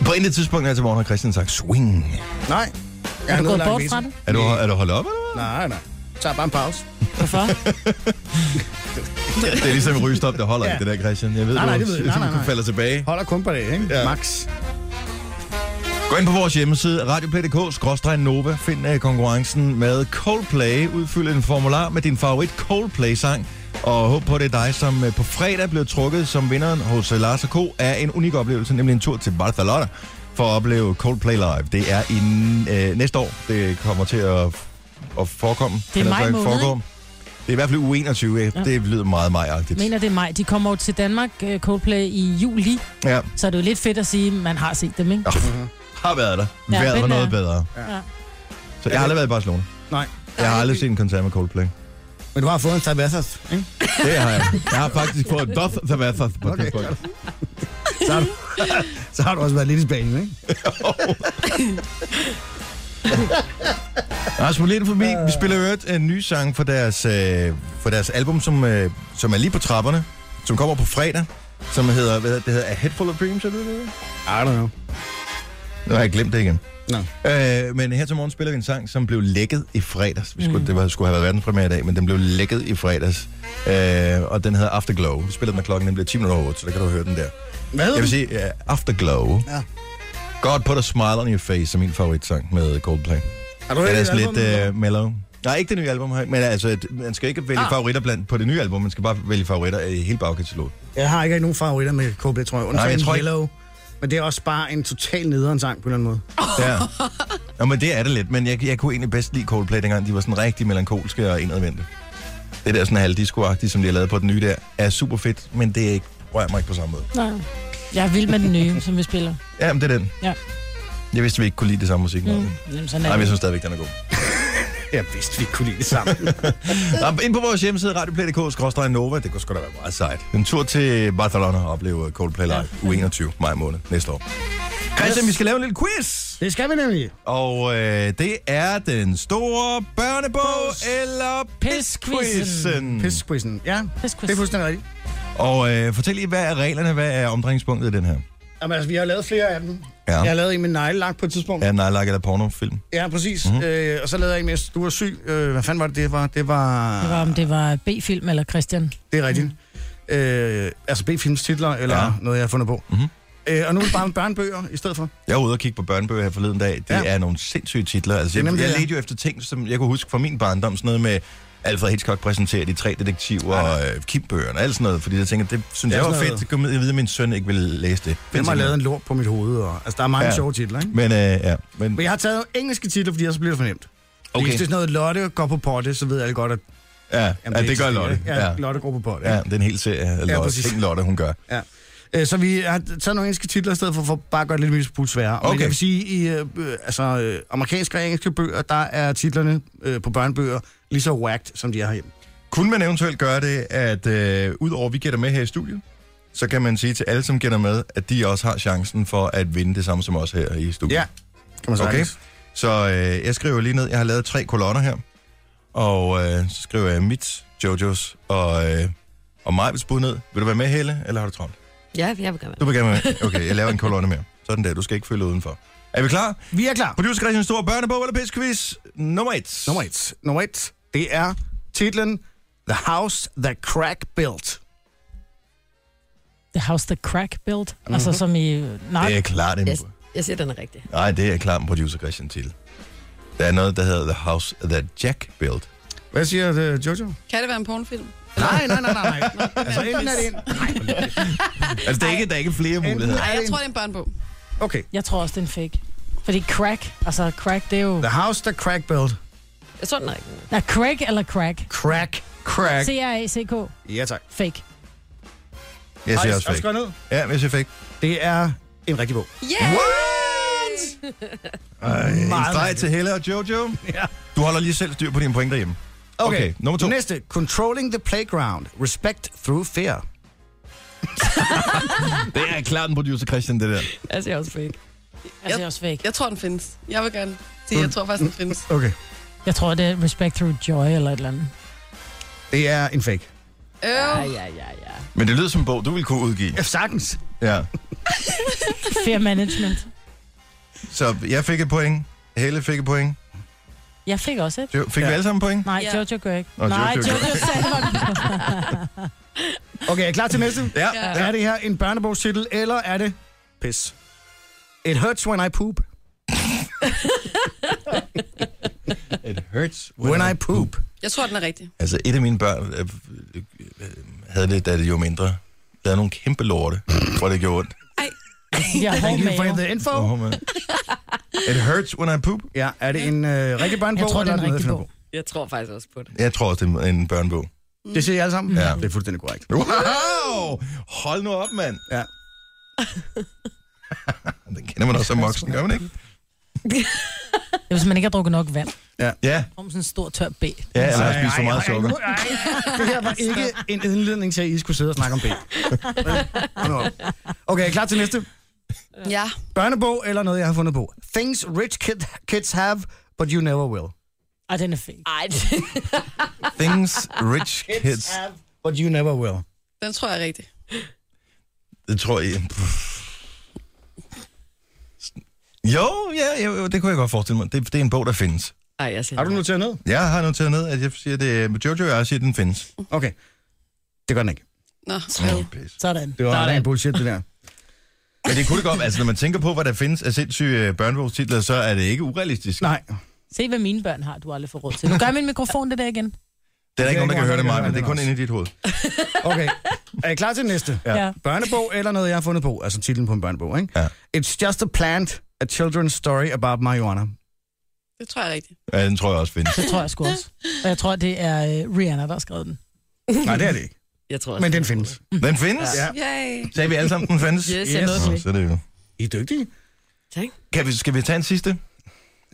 S1: På intet tidspunkt her til morgen har Christian sagt swing.
S2: Nej. Jeg
S4: Er
S2: har noget
S4: du gået
S2: langt
S4: bort
S2: væsen.
S4: fra det?
S1: Er du, er du holdt op, eller hvad?
S2: Nej, nej. Tag bare en pause.
S4: Hvorfor?
S1: Det er ligesom en rygestop, der holder
S2: Ja.
S1: ikke, det der, Christian. Jeg ved,
S2: Nej, nej,
S1: du,
S2: det ved jeg. Nej,
S1: du
S2: nej, nej.
S1: falder tilbage.
S2: Holder kun på det, ikke?
S1: Ja.
S2: Max.
S1: Gå ind på vores hjemmeside, radioplay.dk-nova. Find uh, konkurrencen med Coldplay. Udfyld en formular med din favorit Coldplay-sang. Og håb på, at det er dig, som øh, på fredag blev trukket som vinderen hos øh, Lars K. af en unik oplevelse, nemlig en tur til Barcelona for at opleve Coldplay Live. Det er i øh, næste år, det kommer til at, at forekomme.
S4: Det er
S1: Kan
S4: maj
S1: sagt
S4: måned,
S1: foregå. Det er i hvert fald u 21, ja. det lyder meget majagtigt.
S4: Mener det er mig. De kommer jo til Danmark, øh, Coldplay, i juli.
S1: Ja,
S4: Så er det jo lidt fedt at sige, at man har set dem, ikke?
S1: Ja. har været der.
S4: Ja,
S1: Ja, Været var
S4: den er-
S1: noget bedre.
S4: Ja.
S1: Så jeg har aldrig været i Barcelona.
S2: Nej.
S1: Jeg har aldrig set en koncert med Coldplay.
S2: Men du har fået en tabassos, ikke?
S1: Det har jeg. Jeg har faktisk fået et dof tabassos på okay. tidspunkt.
S2: Så har, du, så har du også været lidt i Spanien, ikke?
S1: Rasmus Molin forbi. Vi spiller jo en ny sang for deres, øh, for deres album, som, øh, som er lige på trapperne, som kommer på fredag, som hedder, hvad hedder det hedder A Head Full of Dreams, er det det? hedder?
S2: I don't know.
S1: Nu har jeg glemt det igen.
S2: Nå.
S1: Øh, men her til morgen spiller vi en sang, som blev lækket i fredags. Vi skulle, mm. Det var, skulle have været verdenspremiere i dag, men den blev lækket i fredags. Øh, og den hedder Afterglow. Vi spiller den, når klokken den bliver 10 minutter over otte, så der kan du høre den der.
S2: Hvad hedder
S1: Jeg vil
S2: den?
S1: sige, ja, Afterglow.
S2: Ja.
S1: God Put a Smile on Your Face er min favoritsang med Coldplay.
S2: Har du
S1: Den er
S2: hørt
S1: sådan
S2: det
S1: lidt
S2: album?
S1: uh, mellow. Nej, ikke det nye album, men altså, et- man skal ikke vælge ah. favoritter blandt på det nye album, man skal bare vælge favoritter i hele bagkataloget.
S2: Jeg har ikke nogen favoritter med KB, tror øh- jeg. Undtagen
S1: Nej, jeg tror ikke-
S2: Yellow. Men det er også bare en total nederen sang på en eller anden måde.
S1: Ja. Nå, men det er det lidt, men jeg, jeg kunne egentlig bedst lide Coldplay dengang, de var sådan rigtig melankolske og indadvendte. Det der sådan halvdisco som de har lavet på den nye der, er super fedt, men det er ikke, rører mig ikke på samme måde.
S4: Nej. Jeg er vild med den nye, som vi spiller.
S1: Ja, men det er den.
S4: Ja.
S1: Jeg vidste, vi ikke kunne lide det samme musik. Mm. Nej,
S4: Mm. Jamen, sådan
S1: men
S4: er
S1: jeg
S4: det.
S1: synes stadigvæk, den er god.
S2: Jeg vidste, vi ikke kunne lide det sammen.
S1: Nå, ind på vores hjemmeside, radioplay.dk-nova. Det kunne sgu da være meget sejt. En tur til Barcelona og opleve Coldplay Live ja. u 21 maj måned næste år. Christian, yes. vi skal lave en lille quiz.
S2: Det skal vi nemlig.
S1: Og øh, det er den store børnebog eller
S2: Mm.
S1: pisquizzen. Pis.
S2: Pisquizen. Ja,
S4: Pisquiz.
S2: det er fuldstændig rigtigt.
S1: Og øh, fortæl lige, hvad er reglerne? Hvad er omdrejningspunktet i den her?
S2: Jamen, altså, vi har lavet flere af dem.
S1: Ja.
S2: Jeg har lavet en med neglelak på et tidspunkt.
S1: Er nej, like, eller pornofilm?
S2: Ja, præcis. Mm-hmm. Øh, og så lavede jeg en med, du var syg. Øh, hvad fanden var det, det var? Det var...
S4: Det var, om det var B-film eller Christian.
S2: Det er rigtigt. Mm. Øh, altså B-films titler, eller
S1: Ja.
S2: ja. noget, jeg har fundet på.
S1: Mhm.
S2: Mm-hmm. Øh, og nu er det bare med børnebøger i stedet for.
S1: Jeg var ude og kigge på børnebøger her forleden dag. Det ja.
S2: Ja.
S1: er nogle sindssyge titler. Altså,
S2: er
S1: jeg,
S2: nemlig
S1: jeg
S2: det, ja.
S1: ledte jo efter ting, som jeg kunne huske fra min barndom. Sådan noget med Alfred Hitchcock præsenterer de tre detektiver og øh, Kim-bøgerne og alt sådan noget. Fordi jeg tænker, det synes
S2: Ja,
S1: jeg var
S2: sådan
S1: fedt.
S2: noget.
S1: Kom med, jeg ved, at min søn ikke ville læse det.
S2: Hvem har
S1: Findes
S2: lavet
S1: ikke
S2: en lort på mit hoved? Og, altså, der er mange
S1: Ja.
S2: ja. sjove titler, ikke?
S1: noget. Men, øh, ja. Men,
S2: Men jeg har taget engelske titler, fordi ellers bliver det for nemt. Okay. Hvis det er sådan noget, Lotte går på potte, så ved alle godt, at...
S1: ja,
S2: jamen,
S1: ja, det gør
S2: eksisterer,
S1: Lotte.
S2: ikke?
S1: Ja,
S2: Ja, Lotte går på potte.
S1: ja, det er en hel serie af
S2: Ja,
S1: Lotte.
S2: præcis.
S1: Ting Lotte, hun gør.
S2: Ja. Øh, Så vi har taget nogle engelske titler i stedet for, for bare at gøre det lidt mere smule sværere. Okay.
S1: Okay.
S2: Men jeg vil sige, i øh, øh, altså, øh, amerikanske og engelske bøger, der er titlerne øh, på børnebøger lige så whacked, som de er herhjemme.
S1: Kunne man eventuelt gøre det, at øh, udover vi gætter med her i studiet, så kan man sige til alle, som gætter med, at de også har chancen for at vinde det samme som os her i studiet.
S2: Ja, kan man
S1: Okay.
S2: okay.
S1: Så øh, jeg skriver lige ned, jeg har lavet tre kolonner her, og øh, så skriver jeg mit, Jojos og, øh, og Majvits bud ned. Vil du være med, Helle, eller har du travlt?
S3: Ja, jeg vil gerne
S1: Du vil gerne være med. Okay, jeg laver en kolonne mere. Sådan der, du skal ikke følge udenfor. Er vi klar?
S2: Vi er klar.
S1: Producer Christian Stor, børnebog eller pisquiz nummer et.
S2: Nummer et. Nummer et, det er Titlen The House That Crack Built.
S4: The House the Crack Built. Mm-hmm. Altså som i... Nej,
S1: Det er klart en...
S3: Jeg, jeg siger, den er rigtig.
S1: Nej, det er klart en producer Christian til. Der er noget, der hedder The House That Jack Built.
S2: Hvad siger uh, Jojo?
S5: Kan det være en pornofilm?
S2: Nej, nej, nej, nej. nej. altså, enten er det en...
S1: Altså, der er ikke, der er ikke flere muligheder.
S5: Nej, jeg tror, det er en børnebog.
S2: Okay.
S4: jeg tror også, den fik. Fordi crack, altså crack, det er jo...
S2: The House That Crack Built.
S3: Jeg tror, den er rigtig.
S4: Nej, crack eller crack?
S2: Crack. Crack.
S4: C-R-A-C-K.
S2: Ja, tak.
S4: Fake.
S1: Jeg
S2: Har I-
S1: siger
S2: har
S1: også
S2: I skrevet
S1: fake.
S2: ned?
S1: Ja, men jeg siger fake.
S2: Det er en rigtig bog.
S5: Yeah!
S1: Ej, en
S2: Meget
S1: streg til Helle og Jojo.
S2: Ja.
S1: Du holder lige selv styr på dine point derhjemme. Okay, nummer to.
S2: Næste. Controlling the Playground. Respect through fear.
S1: Det er klart en producer Christian, det der.
S3: Jeg siger også fake.
S4: Altså, jeg er også fake.
S5: Jeg tror, den findes. Jeg vil gerne sige, jeg tror faktisk, den findes.
S2: Okay.
S4: Jeg tror, det er respect through joy eller et eller andet.
S2: Det er en fake.
S5: Øh,
S3: Ja, ja, ja, ja.
S1: Men det lyder som en bog, du ville kunne udgive.
S2: Ja, sagtens.
S1: Ja.
S4: Fair management.
S1: Så jeg fik et point. Helle fik et point.
S4: Jeg fik også et.
S1: Jo- Fik ja.
S2: Ja.
S1: vi alle sammen point?
S4: Nej,
S5: Ja.
S4: Jojo gør ikke.
S1: Nå,
S4: Nej,
S1: Jojo gør.
S4: Jojo sagde, hvor den
S2: Okay, er I klar til næste?
S1: Ja.
S5: Ja.
S2: Er det her en børnebogstitel, eller er det pis? It hurts when I poop.
S1: It hurts
S2: When I poop.
S5: jeg tror, den er rigtig.
S1: Altså, et af mine børn øh, øh, øh, havde det, da det jo mindre. Der er nogle kæmpe lorte, hvor det gjorde ondt.
S4: Jeg har
S2: Thank you
S4: hård
S2: for
S4: mave.
S2: the info.
S1: Oh, man. It hurts when I poop.
S2: Ja, er det en øh, rigtig børnebog?
S4: Jeg tror, det er
S2: eller
S4: en
S2: noget,
S4: rigtig
S2: jeg
S4: bog.
S2: finder
S3: Jeg tror faktisk også på det.
S1: Jeg tror også, det er en børnebog.
S2: på? Det siger I alle sammen?
S1: Ja.
S2: Det er fuldstændig korrekt.
S1: Wow! Hold nu op, mand.
S2: Ja.
S1: Den kender man også som voksen, gør man ikke?
S4: Det er, hvis man ikke har drukket nok vand.
S1: Ja,
S4: Om sådan en stor tør B.
S1: ja eller har spist for meget sukker.
S2: Ej, ej, ej. Det her var ikke en indledning til, at I skulle sidde og snakke om B. Hold nu op. Okay, er I klar til næste?
S5: Ja.
S2: Børnebog eller noget, jeg har fundet på? Things rich kid, kids have, but you never will.
S4: Ej, den er fake.
S3: Ej,
S1: Things rich kids.
S2: But you never will.
S5: Den tror jeg er rigtig.
S1: Det tror jeg... Pff. Jo, ja, jo, jo, det kunne jeg godt forestille mig. Det, det er en bog, der findes.
S3: Ej jeg siger
S2: Har du
S3: nej.
S2: noteret ned?
S1: Jeg har noteret ned, at jeg siger, det er Jojo og jeg siger, at den findes.
S2: Okay. Det gør den ikke.
S5: Nå,
S1: Åh,
S5: well.
S1: pis.
S4: Sådan.
S2: Det var
S4: Sådan.
S2: en bullshit, det der.
S1: Men det kunne det godt. Altså, når man tænker på, hvad der findes af sindssyge øh, børnebogstitler, så er det ikke urealistisk.
S2: Nej.
S4: Se, hvad mine børn har, du aldrig får råd til. Nu gør min mikrofon det der igen.
S1: Det er der ikke nogen, der kan høre det,
S2: Det er
S1: mig,
S2: ikke
S1: men det er kun
S2: nogen, der
S1: inde i dit hoved.
S2: Okay. Er I klar til næste?
S1: Ja.
S2: Børnebog eller noget, jeg har fundet på? Altså titlen på en børnebog, ikke?
S1: Ja.
S2: It's just a plant, a children's story about marijuana.
S5: Det tror jeg er rigtigt.
S1: Ja, den tror jeg også findes.
S4: Det tror jeg sgu også. Og jeg tror, det er øh, Rihanna, der har skrevet den.
S2: Nej, det er det ikke.
S3: Jeg tror også,
S2: Men den findes.
S1: Den findes?
S2: Ja.
S5: Yay.
S1: Sagde vi alle sammen, den findes?
S3: Yes, jeg
S2: Yes.
S3: nåede
S1: Nå,
S3: det.
S1: så er det jo.
S2: I er dygtige.
S3: Tak.
S1: Kan vi, skal vi tage en sidste?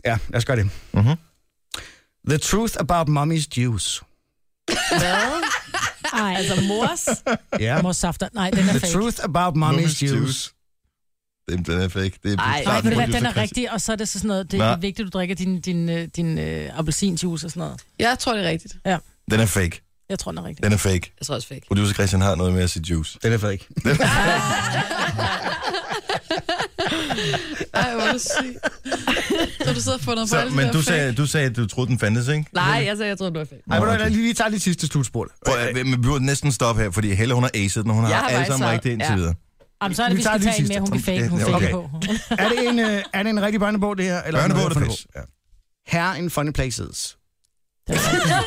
S2: Ja, lad os gøre det.
S1: Mhm.
S2: The truth about mommy's juice.
S4: Hvad? Ej, altså mors.
S2: Ja.
S4: Mors safter. Nej, den er
S2: The
S4: fake.
S2: truth about mommy's juice.
S1: Den, den er fake. Det er
S3: Ej.
S4: Nej,
S1: klart
S4: ved du hvad,
S1: en
S4: den er
S1: producer-
S4: rigtig, og så er det så sådan noget, det
S1: Hva?
S4: er vigtigt, at du drikker din, din, øh, din øh, appelsinjuice og sådan noget.
S5: Jeg tror, det er rigtigt.
S1: Den er fake.
S4: Jeg tror, den er rigtig.
S1: Den er fake.
S3: Jeg tror også fake.
S1: Producer Christian har noget med at sige juice.
S2: Den er fake.
S5: Ej, hvor er du syg. Så du sidder og fundet på
S1: Så,
S5: alt
S1: men
S5: det
S1: du
S5: der
S1: sagde, du sagde, at du troede, den fandtes, ikke?
S3: Nej, jeg sagde, jeg tror, den var fake.
S2: Ej,
S1: Nå,
S2: okay.
S1: okay.
S2: lad, lige, vi tager lige sidste slutspor.
S1: Prøv, at- men vi burde næsten stoppe her, fordi Helle, hun har aced den, og hun
S3: Jeg
S1: har
S3: har
S1: alle
S3: faktisk
S1: sammen
S3: svaret,
S1: rigtigt indtil
S3: ja.
S1: videre.
S4: Jamen, så er det,
S2: Vi
S4: vi,
S2: tager
S4: skal
S2: den
S4: tage en
S2: sidste.
S4: mere, hun kan fake, hun
S1: Ja,
S4: fake
S1: okay.
S4: på.
S2: Er det en, øh, er det en rigtig børnebog, det her? Eller
S1: Børnebog
S2: noget, jeg
S1: eller
S2: har fundet
S1: pis? Ja.
S2: på? Her in funny places.
S4: Den er rigtig.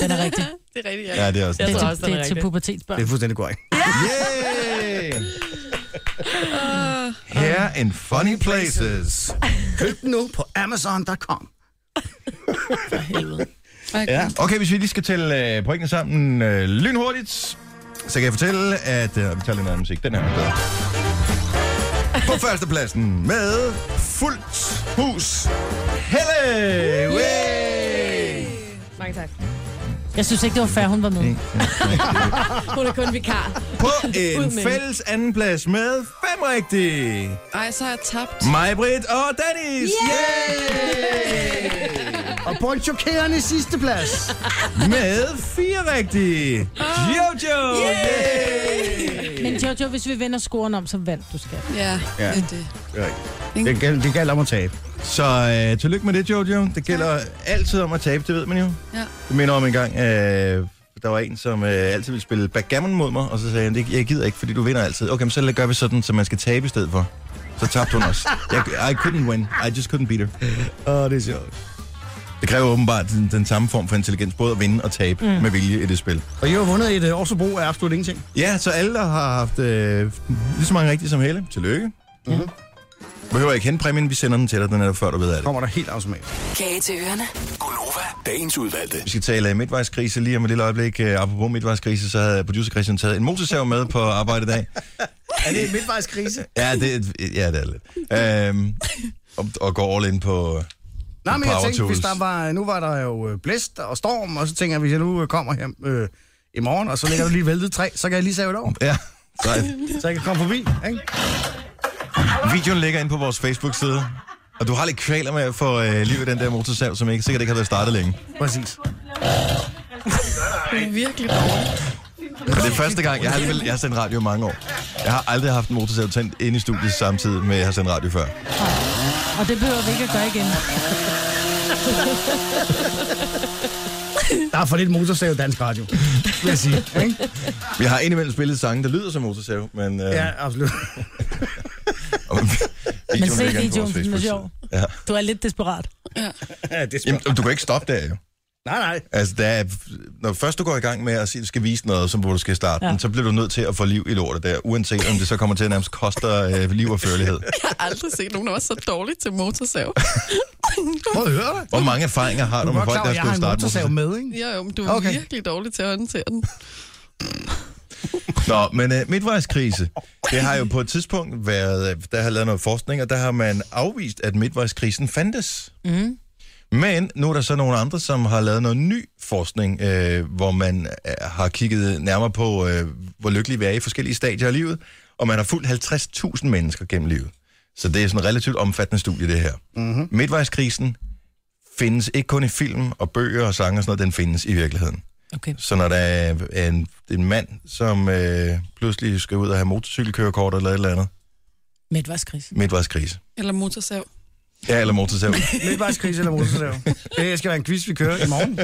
S4: Den er rigtig.
S5: Det er rigtigt, ja.
S1: ja, det er også
S3: Jeg
S4: Det
S1: det.
S4: er
S3: tror
S4: til,
S3: også, den er
S4: det er til
S3: rigtig.
S4: pubertetsbørn.
S2: Det er fuldstændig korrekt.
S1: Yeah! Here in funny places.
S2: Køb den nu på Amazon.com.
S5: Okay.
S2: Ja.
S1: Okay, hvis vi lige skal tælle øh, pointene sammen øh, lynhurtigt, så kan jeg fortælle, at... Øh, vi tager lidt noget musik. Den her er bedre. På førstepladsen med fuldt hus. Helle! Way!
S3: Mange tak.
S4: Jeg synes ikke, det var fair, hun var med.
S3: Hun er kun vikar.
S1: På
S3: Ud
S1: en
S3: med
S1: fælles andenplads med fem rigtige.
S5: Ej, så har jeg tabt.
S1: Majbrit og Dennis. Yeah!
S2: Og på en chokerende sidste plads.
S3: Ah.
S1: Med fire rigtige. Jojo. Yeah!
S4: Men Jojo, hvis vi vender scoren om, så vandt du skat.
S5: Ja,
S2: Ja.
S5: det er det.
S2: Det er rigtigt. Det galt, det galt om at tabe.
S1: Så øh, tillykke med det, Jojo. Det gælder altid om at tabe, det ved man jo.
S5: Ja.
S1: Det minder om en gang, øh, der var en, som øh, altid ville spille backgammon mod mig, og så sagde han, "Det- jeg gider ikke, fordi du vinder altid. Okay, men så gør vi sådan, så man skal tabe i stedet for. Så tabte hun også. Jeg, I couldn't win. I just couldn't beat her.
S2: Åh, det er sjovt.
S1: Det kræver åbenbart den, den samme form for intelligens, både at vinde og tabe mm. med vilje i det spil.
S2: Og I har vundet et øh, Årsbro af absolut ingenting.
S1: Ja, så alle, der har haft øh, lige så mange rigtige som Helle, tillykke. Mm-hmm.
S2: Mhm.
S1: Behøver ikke hente præmien, vi sender den til dig, den er der før, du ved af det.
S2: Kommer der helt automatisk.
S7: Kage til ørerne.
S8: Gunova, dagens udvalgte.
S1: Vi skal tale øh, midtvejskrise lige om et lille øjeblik. Øh, Apropos midtvejskrise, så havde producer Christian taget en motorsav med på arbejde i dag.
S2: Er det en midtvejskrise?
S1: Ja, det, ja, det er lidt. Øhm, og, og går all in på...
S2: Nej, men jeg
S1: Power
S2: tænkte, hvis
S1: tools.
S2: der var, nu var der jo øh, blæst og storm, og så tænker jeg, hvis jeg nu øh, kommer hjem øh, i morgen, og så ligger der lige væltet træ, så kan jeg lige save det over,
S1: Ja, sejt.
S2: så jeg kan komme forbi, ikke?
S1: Videoen ligger inde på vores Facebook-side. Og du har lidt kvaler med at få øh, liv i den der motorsav, som ikke sikkert ikke har været startet længe.
S2: Præcis.
S5: Det er virkelig dårligt.
S1: Og det er første gang, jeg har, alligevel, jeg har sendt radio i mange år. Jeg har aldrig haft en motorsav tændt inde i studiet samtidig med, at jeg har sendt radio før.
S4: Og det behøver vi ikke at gøre igen.
S2: Der er for lidt motorsav i dansk radio, vil jeg sige. Ikke?
S1: Vi har indimellem spillet sange, der lyder som motorsav, men... Øh,
S2: Ja, absolut.
S1: og- videoen
S4: Men se
S1: ligger inde på vores
S4: videoen, den er
S1: Facebook-side.
S4: sjov.
S1: Ja.
S4: Du er lidt desperat.
S2: Ja, det er
S1: Jamen,
S2: smukt.
S1: du kan ikke stoppe der, jo.
S2: Nej, nej.
S1: Altså, der er, når først du går i gang med at sige, du skal vise noget, som hvor du skal starte, ja.
S4: Ja.
S1: så bliver du nødt til at få liv i lortet der, uanset om det så kommer til at nærmest koste dig, øh, liv og førlighed.
S5: Jeg har aldrig set nogen, der var så dårlig til motorsav.
S2: Prøv at høre dig.
S1: Hvor mange erfaringer har du
S2: Du er
S1: med
S2: godt
S1: folk,
S2: klar,
S1: der
S2: over,
S1: har
S2: at jeg
S1: skulle
S2: har en
S1: starte
S2: motorsav
S1: motorcykel?
S2: med, ikke?
S5: Ja, jo, men du er
S2: Okay.
S5: okay. virkelig dårlig til at håndtere den.
S1: Nå, men øh, midtvejskrise, det har jo på et tidspunkt været, øh, der har lavet noget forskning, og der har man afvist, at midtvejskrisen fandtes. Mm. Men nu er der så nogle andre, som har lavet noget ny forskning, øh, hvor man øh, har kigget nærmere på, øh, hvor lykkelige vi er i forskellige stadier af livet, og man har fulgt 50.000 mennesker gennem livet. Så det er sådan et relativt omfattende studie, det her. Mm-hmm. Midtvejskrisen findes ikke kun i film og bøger og sange og sådan noget, den findes i virkeligheden.
S4: Okay.
S1: Så når der er en, en mand, som øh, pludselig skal ud og have motorcykelkørekort eller et eller andet,
S4: Midtvejskris.
S1: midtvejskrise.
S5: Eller motorsav.
S1: Ja, eller motorsav.
S2: Midtvejskrise eller motorsav. Det skal være en quiz, vi kører i morgen.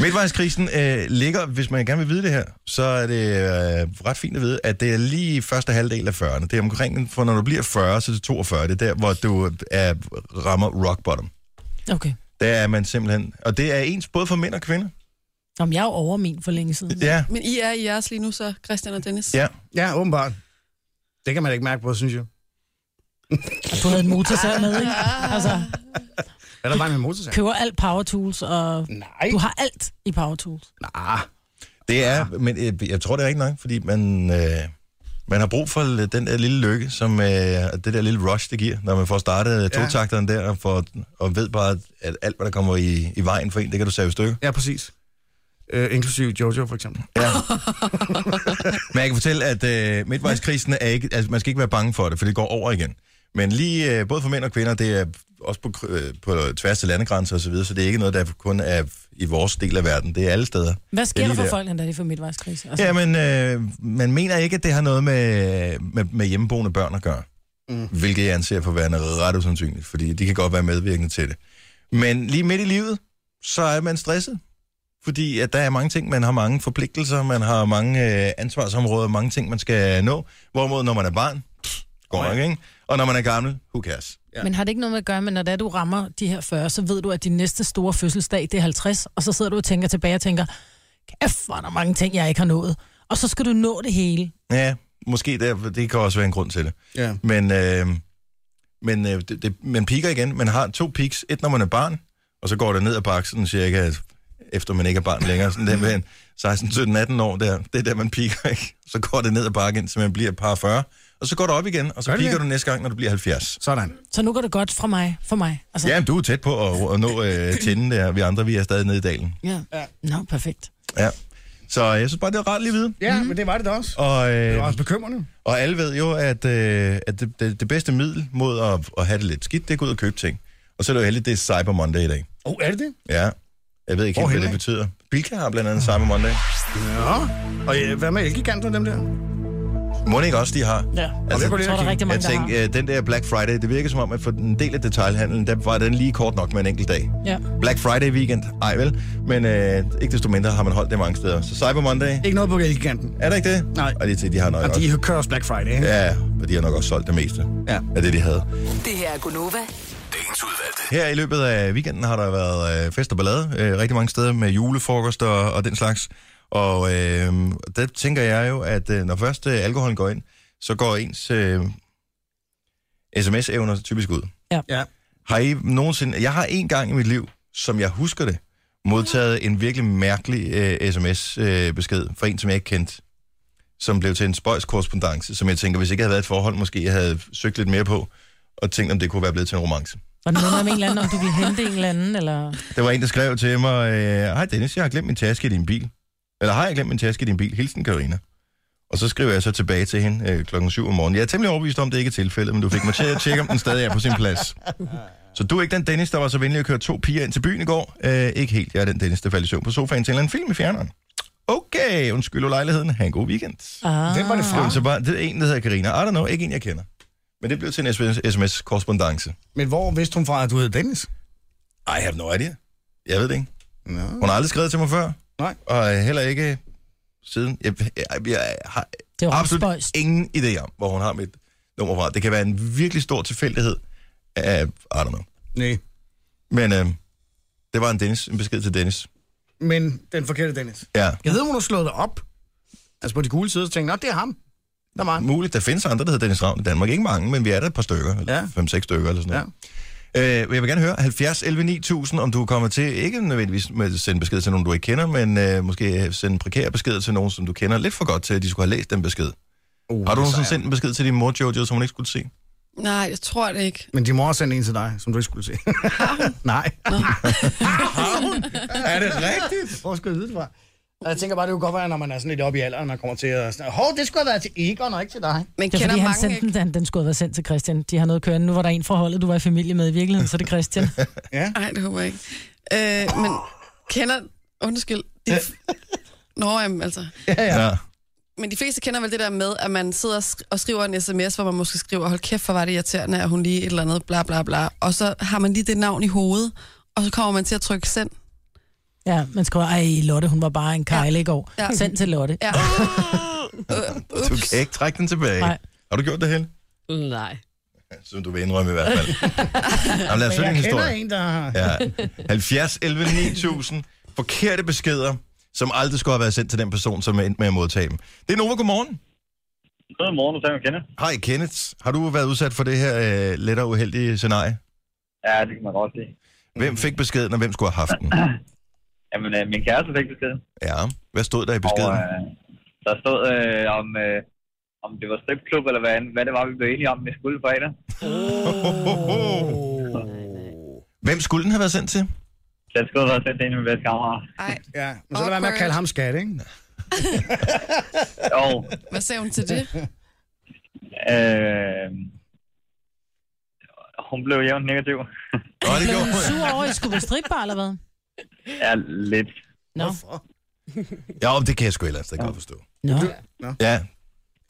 S1: Midtvejskrisen øh, ligger, hvis man gerne vil vide det her, så er det øh, ret fint at vide, at det er lige i første halvdel af 40'erne. Det er omkring, for når du bliver 40, så er det 42. Det er der, hvor du er, rammer rock bottom.
S4: Okay.
S1: Der er man simpelthen... Og det er ens både for mænd og kvinder.
S4: Nå, men jeg er jo over min for længe siden.
S1: Ja,
S5: Men I er i jeres lige nu, så Christian og Dennis.
S1: ja.
S2: Ja, åbenbart. Det kan man ikke mærke på, synes jeg.
S4: Du havde en motorsav med, ikke? Altså,
S2: Er der bare med motorsav?
S4: køber alt power tools, og
S2: Nej.
S4: du har alt i power tools.
S2: Nej.
S1: Det er, men øh, jeg tror, det er ikke nok, fordi man, øh, man har brug for l- den der lille lykke, som øh, det der lille rush, det giver, når man får startet ja. totakteren der, og, får, og ved bare, at alt, hvad der kommer i, i vejen for en, det kan du save i stykker.
S2: Ja, præcis. Øh, inklusive Jojo, for eksempel.
S1: Ja. men jeg kan fortælle, at øh, midtvejskrisen er ikke, altså man skal ikke være bange for det, for det går over igen. Men lige øh, både for mænd og kvinder, det er også på, kry- øh, på tværs af landegrænser osv., så, videre, så det er ikke noget, der kun er i vores del af verden. Det er alle steder.
S4: Hvad
S1: Det
S4: sker
S1: er
S4: der
S1: lige
S4: for
S1: der.
S4: folk, når de får midtvejskris? Altså,
S1: Ja, men øh, man mener ikke, at det har noget med, med, med hjemmeboende børn at gøre. Mm. Hvilket jeg anser for værende ret usandsynligt, fordi de kan godt være medvirkende til det. Men lige midt i livet, så er man stresset. Fordi at der er mange ting, man har mange forpligtelser, man har mange øh, ansvarsområder, mange ting, man skal nå. Hvorimod, når man er barn, pff, går nok, ikke? Og når man er gammel, who cares?
S4: Ja. Men har det ikke noget med at gøre med, når det er, du rammer de her 40, så ved du, at din næste store fødselsdag, det er 50, og så sidder du og tænker tilbage og tænker, kæft, hvor er der mange ting, jeg ikke har nået. Og så skal du nå det hele.
S1: Ja, måske der, det kan også være en grund til det.
S2: Ja.
S1: Men, øh, men øh, det, det, man piker igen. Man har to peaks. Et, når man er barn, og så går det ned ad baksen cirka, efter man ikke er barn længere. Sådan den vejen. 16, 17, 18 år der. Det er der, man piker, ikke? Så går det ned ad bakken, så man bliver et par 40. Og så går det op igen, og så
S2: Gør det
S1: piker
S2: det?
S1: du næste gang, når du bliver 70.
S2: Sådan.
S4: Så nu går det godt fra mig, for mig. Altså,
S1: Ja, men du er tæt på at, at nå øh, tinden der. Vi andre, vi er stadig nede i dalen.
S4: ja. Nå, perfekt.
S1: Ja. Så jeg synes bare, det er rart lige at vide.
S2: Ja, mm. men det var det da også.
S1: Og,
S2: Det
S1: øh,
S2: var også bekymrende.
S1: Og alle ved jo, at, øh, at det, det, det bedste middel mod at, at have det lidt skidt, det er at gå ud og købe ting. Og så er det jo heldigt, det er Cyber Monday i dag.
S2: Åh, oh, er det det?
S1: Ja. Jeg ved ikke helt,
S2: Hvorhenne,
S1: hvad det
S2: ikke?
S1: betyder. Bilka har blandt andet samme Monday.
S2: Ja. Og ja, hvad med elgiganten dem der?
S1: Må det ikke også, de har?
S4: Ja.
S1: Altså,
S4: jeg tror, der er rigtig mange,
S1: Jeg tænkte, øh, den der Black Friday, det virker som om, at for en del af detailhandlen, der var den lige kort nok med en enkelt dag.
S4: der har. Ja.
S1: Black Friday weekend, ej vel, men øh, ikke desto mindre har man holdt det mange steder. Så Cyber Monday,
S2: Ikke noget på elgiganten.
S1: er der ikke det?
S2: Nej.
S1: Og det er til, de har nok
S2: Og
S1: også.
S2: de kører også Black Friday, ikke?
S1: Ja, og de har nok også solgt det meste
S2: Ja.
S1: af det, de havde.
S7: Det her er Gunova.
S8: Dagens udvalgte.
S1: Her i løbet af weekenden har der været øh, fest og ballade øh, rigtig mange steder med julefrokost og, og den slags. Og øh, der tænker jeg jo, at øh, når først øh, alkoholen går ind, så går ens øh, sms-evner typisk ud.
S2: Ja.
S1: Har I nogensinde... Jeg har en gang i mit liv, som jeg husker det, modtaget en virkelig mærkelig øh, sms-besked øh, besked fra en, som jeg ikke kendte, som blev til en spøjskorrespondence, som jeg tænker, hvis ikke jeg havde været i et forhold, måske jeg havde søgt lidt mere på, og tænkt, om det kunne være blevet til en romance.
S4: Var det noget med en eller anden, om du ville hente en eller anden, eller...
S1: Der var en, der skrev til mig, øh, hej Dennis, jeg har glemt min taske i din bil. Eller har jeg glemt min taske i din bil? Hilsen, Karina. Og så skriver jeg så tilbage til hende øh, klokken 7 om morgenen. Jeg er temmelig overbevist om, det ikke er tilfældet, men du fik mig til at tjekke, om den stadig er på sin plads. Så du er ikke den Dennis, der var så venlig at køre to piger ind til byen i går? Øh, ikke helt. Jeg er den Dennis, der faldt i søvn på sofaen til en eller anden film i fjerneren. Okay, undskyld lejligheden. Ha' en god weekend.
S4: Ah.
S2: Hvem var det fra?
S1: Ah. Så bare, det er en, der hedder Karina. I don't know, ikke en, jeg kender. Men det blev til en sms-korrespondence.
S2: Men hvor vidste hun fra, at du hed Dennis?
S1: I have no idea. Jeg ved det ikke.
S2: Nå.
S1: Hun har aldrig skrevet til mig før.
S2: Nej.
S1: Og øh, heller ikke siden. Jeg, jeg, jeg har
S4: Det var
S1: absolut
S4: spøjst.
S1: ingen idé om, hvor hun har mit nummer fra. Det kan være en virkelig stor tilfældighed. Uh, I don't know.
S2: Nej.
S1: Men øh, det var en, Dennis, en besked til Dennis.
S2: Men den forkerte Dennis.
S1: Ja,
S2: Jeg ved, hun har slået dig op. Altså på de gule sider, så tænkte jeg, "Nå, det er ham. Der var han.
S1: muligt. Der findes andre, der hedder Dennis Ravn i Danmark. Ikke mange, men vi er der et par stykker.
S2: Ja.
S1: Ja. 5-6 stykker eller sådan
S2: Ja.
S1: noget. Ja. Øh, jeg vil gerne høre 70 11 9000, om du kommer til, ikke nødvendigvis med at sende besked til nogen, du ikke kender, men øh, måske sende en prekær besked til nogen, som du kender lidt for godt til, at de skulle have læst den besked.
S2: Uh,
S1: Har du
S2: det er
S1: nogensinde
S2: sejt.
S1: sendt en besked til din mor, Jojo, som hun ikke skulle se?
S5: Nej, jeg tror det ikke.
S2: Men din mor har sendt en til dig, som du ikke skulle se. Nej.
S1: Er det rigtigt?
S2: Hvor skulle jeg vide det fra? Og jeg tænker bare, det kunne godt være, når man er sådan lidt oppe i alderen, man kommer til at... sådan, Hov, det skulle have været til Egon og ikke til dig.
S5: Men
S4: Det er
S5: kender
S4: fordi, han
S5: mange
S4: sendte
S5: ikke.
S4: den, den, den skulle have været sendt til Christian. De har noget kørende. Nu var der en fra holdet, du var i familie med i virkeligheden, så er det Christian.
S5: Nej, det håber jeg ikke. Øh, men kender... Undskyld. De... Nå, jamen, altså.
S1: Ja. ja.
S5: Men de fleste kender vel det der med, at man sidder og sk- og skriver en sms, hvor man måske skriver, hold kæft, hvor var det irriterende, at hun lige et eller andet, bla bla bla. Og så har man lige det navn i hovedet, og så kommer man til at trykke send.
S4: Ja, man skriver, ej, Lotte, hun var bare en kejle i går.
S5: Ja.
S4: Ja. Send til Lotte.
S5: Ja. Øh,
S1: Du
S5: ups.
S1: kan ikke trække den tilbage.
S4: Nej.
S1: Har du gjort det, Helle?
S3: Nej.
S1: Som du vil indrømme i hvert fald. Jamen, lad os høre din historie.
S2: en, der har...
S1: Ja. 70 11 9000. Forkerte beskeder, som aldrig skulle have været sendt til den person, som endte med at modtage dem. Det er Nova, godmorgen.
S9: Godmorgen, du tager kende.
S1: Hej Kenneth. Har du været udsat for det her øh, lettere uheldige scenarie?
S9: Ja, det kan man godt se.
S1: Hvem fik beskeden, og hvem skulle have haft den?
S9: Jamen, øh, min kæreste fik besked.
S1: Ja. Hvad stod der i
S9: Og
S1: beskeden?
S9: øh, der stod øh, om, øh, om det var stripklub, eller hvad, hvad det var, vi blev enige om, vi skulle fredag.
S1: Hvem skulle den have været sendt til?
S9: Den skulle have været sendt ind i min bedste kammerat.
S5: Ej,
S2: Ja, men så lad være med at kalde ham skat, ikke?
S9: Og
S5: hvad sagde hun til det?
S9: øh, hun blev jævnt negativ.
S1: Nå, det
S4: Blev
S1: gjorde
S4: hun sur over, at I skulle på stripbar, eller hvad?
S9: Ja, lidt.
S4: Nå.
S1: Ja, det kan jeg sgu ellers, det kan jeg godt forstå.
S4: Nå.
S1: Ja,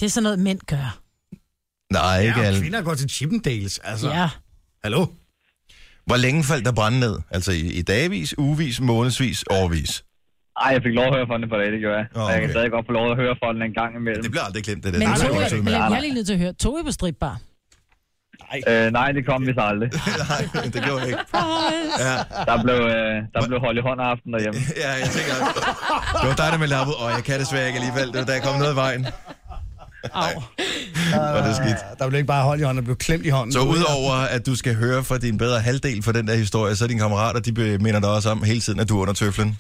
S4: Det er sådan noget, mænd gør.
S1: nej, ikke
S2: Ja, og
S1: alle.
S2: kvinder går til Chippendales, altså.
S4: Ja.
S2: Hallo?
S1: Hvor længe faldt der brand ned? Altså i, i dagvis, ugevis, månedsvis, årvis?
S9: Ej, jeg fik lov at høre fra den et par dage, det gjorde jeg.
S1: Åh,
S9: Og jeg kan
S1: okay.
S9: stadig godt få lov at høre fra den en gang imellem.
S1: Det bliver aldrig glemt, det der.
S4: Men
S1: Det er
S4: tog
S1: sgu
S4: I,
S1: ikke
S4: men
S1: med.
S4: jeg er lige nødt til at høre, tog I på stripbar?
S9: Øh, nej, det kom vi så aldrig.
S1: Nej, det gjorde jeg ikke.
S9: Der blev, øh, der blev holdt i hånd aften derhjemme.
S1: Ja, jeg tænker, det var dig, der meldte op ud. Åh, jeg kan desværre ikke alligevel. Det var da jeg kom noget af vejen. Au. Var det skidt.
S2: Der blev ikke bare holdt i hånden, der blev klemt i hånden.
S1: Så udover at du skal høre fra din bedre halvdel for den der historie, så er dine kammerater, de minder dig også om hele tiden, at du er under tøflen.